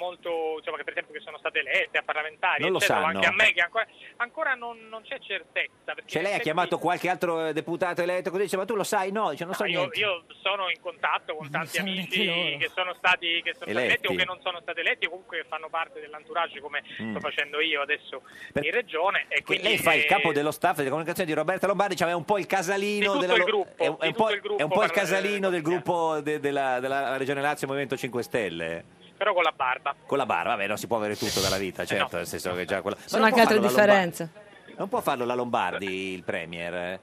molto, diciamo che per esempio che sono state elette a parlamentari,
Non lo
eccetera,
sanno.
anche a me che ancora, ancora non, non c'è certezza. Perché
Cioè lei ha chiamato qualche altro eh, deputato eletto così dice ma tu lo sai? No, dice, non so
No, Ah, io,
niente.
io sono in contatto con tanti
sanno
amici
neanche loro.
che sono stati che sono stati
Eletti.
eletti o che non sono stati eletti, o comunque che fanno parte dell'entourage come
Mm.
sto facendo io adesso
Per-
in regione. E
Che
quindi,
lei fa il
eh,
capo dello staff di comunicazione di Roberta Lombardi, diciamo è un po' il
Di
casalino
tutto
della
il
lo-
gruppo,
è, un- è
di
un po',
tutto
il-
il gruppo
è un po' il
per- eh,
casalino del gruppo de- della, della Regione Lazio Movimento 5 Stelle.
però con la barba. Eh,
Con la barba, vabbè, non si può avere tutto dalla vita, certo, nel senso che già quella... Ma
Sono
non
anche
può
altre
farlo la Lombardi-
differenze.
Non può farlo la Lombardi, il Premier. eh?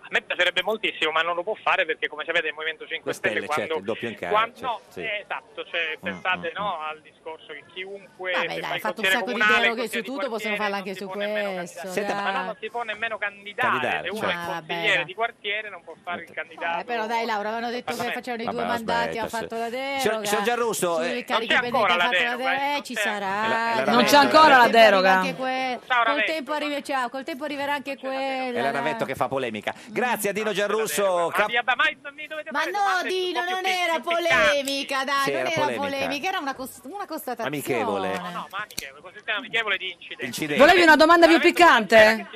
A me piacerebbe moltissimo, ma non lo può fare perché, come sapete, il Movimento 5 Stelle,
Stelle, certo,
quando,
il doppio incarico,
quando-
certo,
no,
sì. Mm,
eh, esatto, cioè, pensate no, al discorso che chiunque se
Vabbè, dai,
fa
hai
il
fatto un
consigliere
sacco di
comunale, il
deroghe su
consigliere di
tutto, possono farla anche su questo.
Senta,
dai.
quartiere, ma non si può nemmeno candidare,
Candidare,
se uno è
certo. Ah,
vabbè,
consigliere
dai.
di quartiere non può fare il candidato.
Eh, però dai Laura, avevano detto che
Parlamento.
facevano i
Vabbè,
due
la
mandati,
smettila,
ha fatto
sì.
la deroga.
Signor- signor Gianrusso,
Sui
eh, non
carichi
c'è ancora
pendenti ha
la
fatto la
deroga,
deroga, eh, ci
È la- è la
sarà.
Non c'è Ravetto. eh.
la
ancora
Col tempo arriva
deroga.
anche que- Col tempo, arriva- ciao, col tempo arriverà anche quella.
È la Ravetto che fa polemica. Grazie a Dino Gianrusso. cap-
Ma no, Dino, non era polemica, dai,
Sì,
non
era
era
polemica.
polemica, era una, cos- una constatazione.
Amichevole.
No, no,
ma amichevole, così stiamo amichevole di incidenti.
Incidente.
Volevi una domanda più piccante?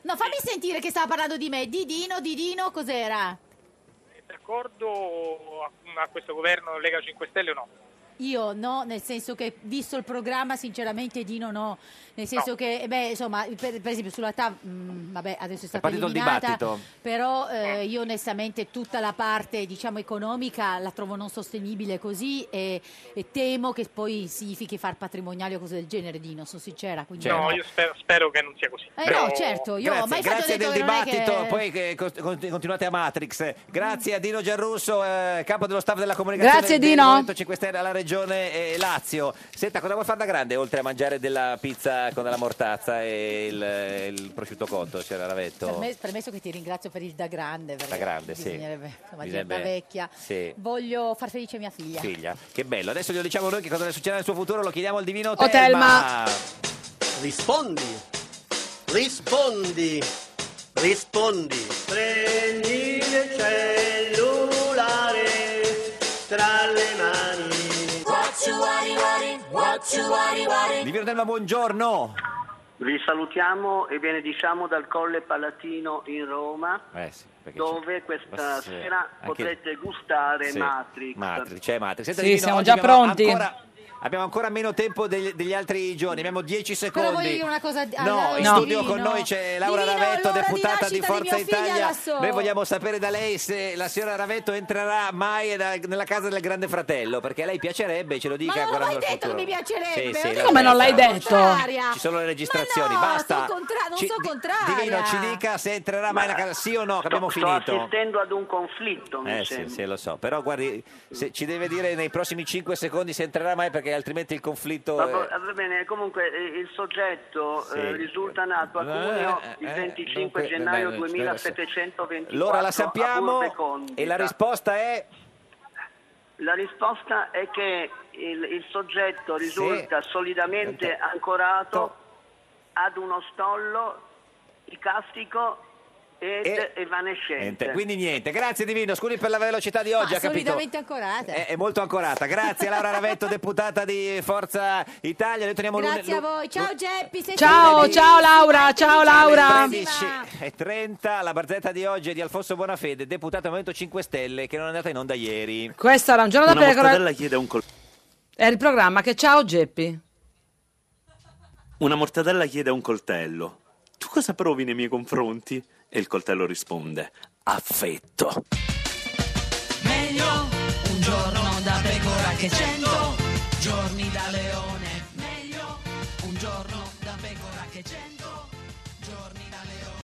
No, fammi sentire che stava parlando di me. Di Dino, di Dino, cos'era?
D'accordo a, a questo governo Lega 5 Stelle o no?
Io no, nel senso che visto il programma, sinceramente Dino no. Nel senso
No.
che, eh beh, insomma, per, per esempio sulla TAV, mh, vabbè, adesso è stata
partito il
eliminata,
dibattito.
Però eh, io onestamente tutta la parte, diciamo, economica la trovo non sostenibile così e, e temo che poi significhi far patrimoniali o cose del genere, Dino, sono sincera. Quindi
Certo.
No,
no.
io spero, spero che non sia così.
Eh,
Però-
no, certo, io ho mai
Grazie,
fatto
grazie
detto
del
che non è che-
dibattito, poi che cost- cont- continuate a Matrix. Grazie a Dino Gianrusso, eh, capo dello staff della comunicazione
Grazie,
del
Dino.
Movimento 5 Stelle alla regione eh, Lazio. Senta, cosa vuoi fare da grande oltre a mangiare della pizza con della mortazza e il, il prosciutto cotto? C'era Ravetto.
Per me- Permesso che ti ringrazio per il da grande, perché
Da grande, sì.
bisognerebbe, insomma, dire
Bisognerebbe-
da vecchia.
Sì.
Voglio far felice mia figlia.
Figlia, che bello. Adesso glielo diciamo noi che cosa le succederà nel suo futuro, lo chiediamo al divino
Oh,
Telma.
Telma.
Rispondi, rispondi, rispondi. Prendi il cellulare tra le mani.
Divino Telma, buongiorno.
Vi salutiamo e benediciamo dal Colle Palatino in Roma,
Eh sì, perché c'è-
dove questa
Ma sì,
sera
anche-
potrete gustare
Sì,
Matrix.
Matrix, c'è Matrix. Senta,
Sì,
Divino,
siamo
oggi
già
abbiamo
pronti.
Ancora Abbiamo ancora meno tempo degli, degli altri giorni, abbiamo 10
Però
secondi.
voglio dire una cosa alla-
No, in
Divino.
studio con noi c'è Laura
Divino,
Ravetto,
l'ora di
deputata di,
nascita di
Forza
mio figlio
Italia.
adesso.
Noi vogliamo sapere da lei se la signora Ravetto entrerà mai da- nella casa del grande fratello, perché a lei piacerebbe, ce lo dica
Ma non
ancora
l'ho mai
nel
detto
futuro.
che mi piacerebbe,
Sì,
ho
sì,
detto
Come
Laura,
non l'hai detto?
contraria.
Ci sono le registrazioni,
no,
basta.
sono contra- non sono
Di-
contraria.
Divino, ci dica se entrerà mai nella casa, sì o no, che abbiamo
Sto
finito.
assistendo ad un conflitto, mi
Eh sì,
sembra.
sì, lo so, però guardi, se- ci deve dire nei prossimi 5 secondi se entrerà mai perché altrimenti il conflitto...
Va,
è-
bo- va bene, comunque eh, il soggetto
Sì.
eh, risulta nato a Cuneo
Eh, eh,
il
eh,
25
dunque,
gennaio
beh, beh, adesso-
2724
L'ora la
a
sappiamo
Burbe Condita.
e la risposta è...
La risposta è che il, il soggetto risulta solidamente ancorato ad uno stollo icastico ed
E-
evanescente.
Niente, quindi niente, grazie Divino, scusi per la velocità di oggi, ha capito?
solidamente ancorata.
È, è molto ancorata, grazie Laura Ravetto, deputata di Forza Italia, noi torniamo lunedì.
Grazie a voi. Ciao Geppi, sei
Ciao,
lunedì.
ciao Laura, ciao Laura.
Alle 13.30 la barzetta di oggi è di Alfonso Bonafede, deputato del Movimento 5 Stelle, che non è andata in onda ieri.
Questo era un giorno da
Una
pecora.
mortadella
chiede un colpevole.
Era il programma che ciao Geppi.
Una mortadella chiede a un coltello: Tu cosa provi nei miei confronti? E il coltello risponde: Affetto.
Meglio un giorno da pecora che cento giorni da leone. Meglio un giorno da pecora che cento.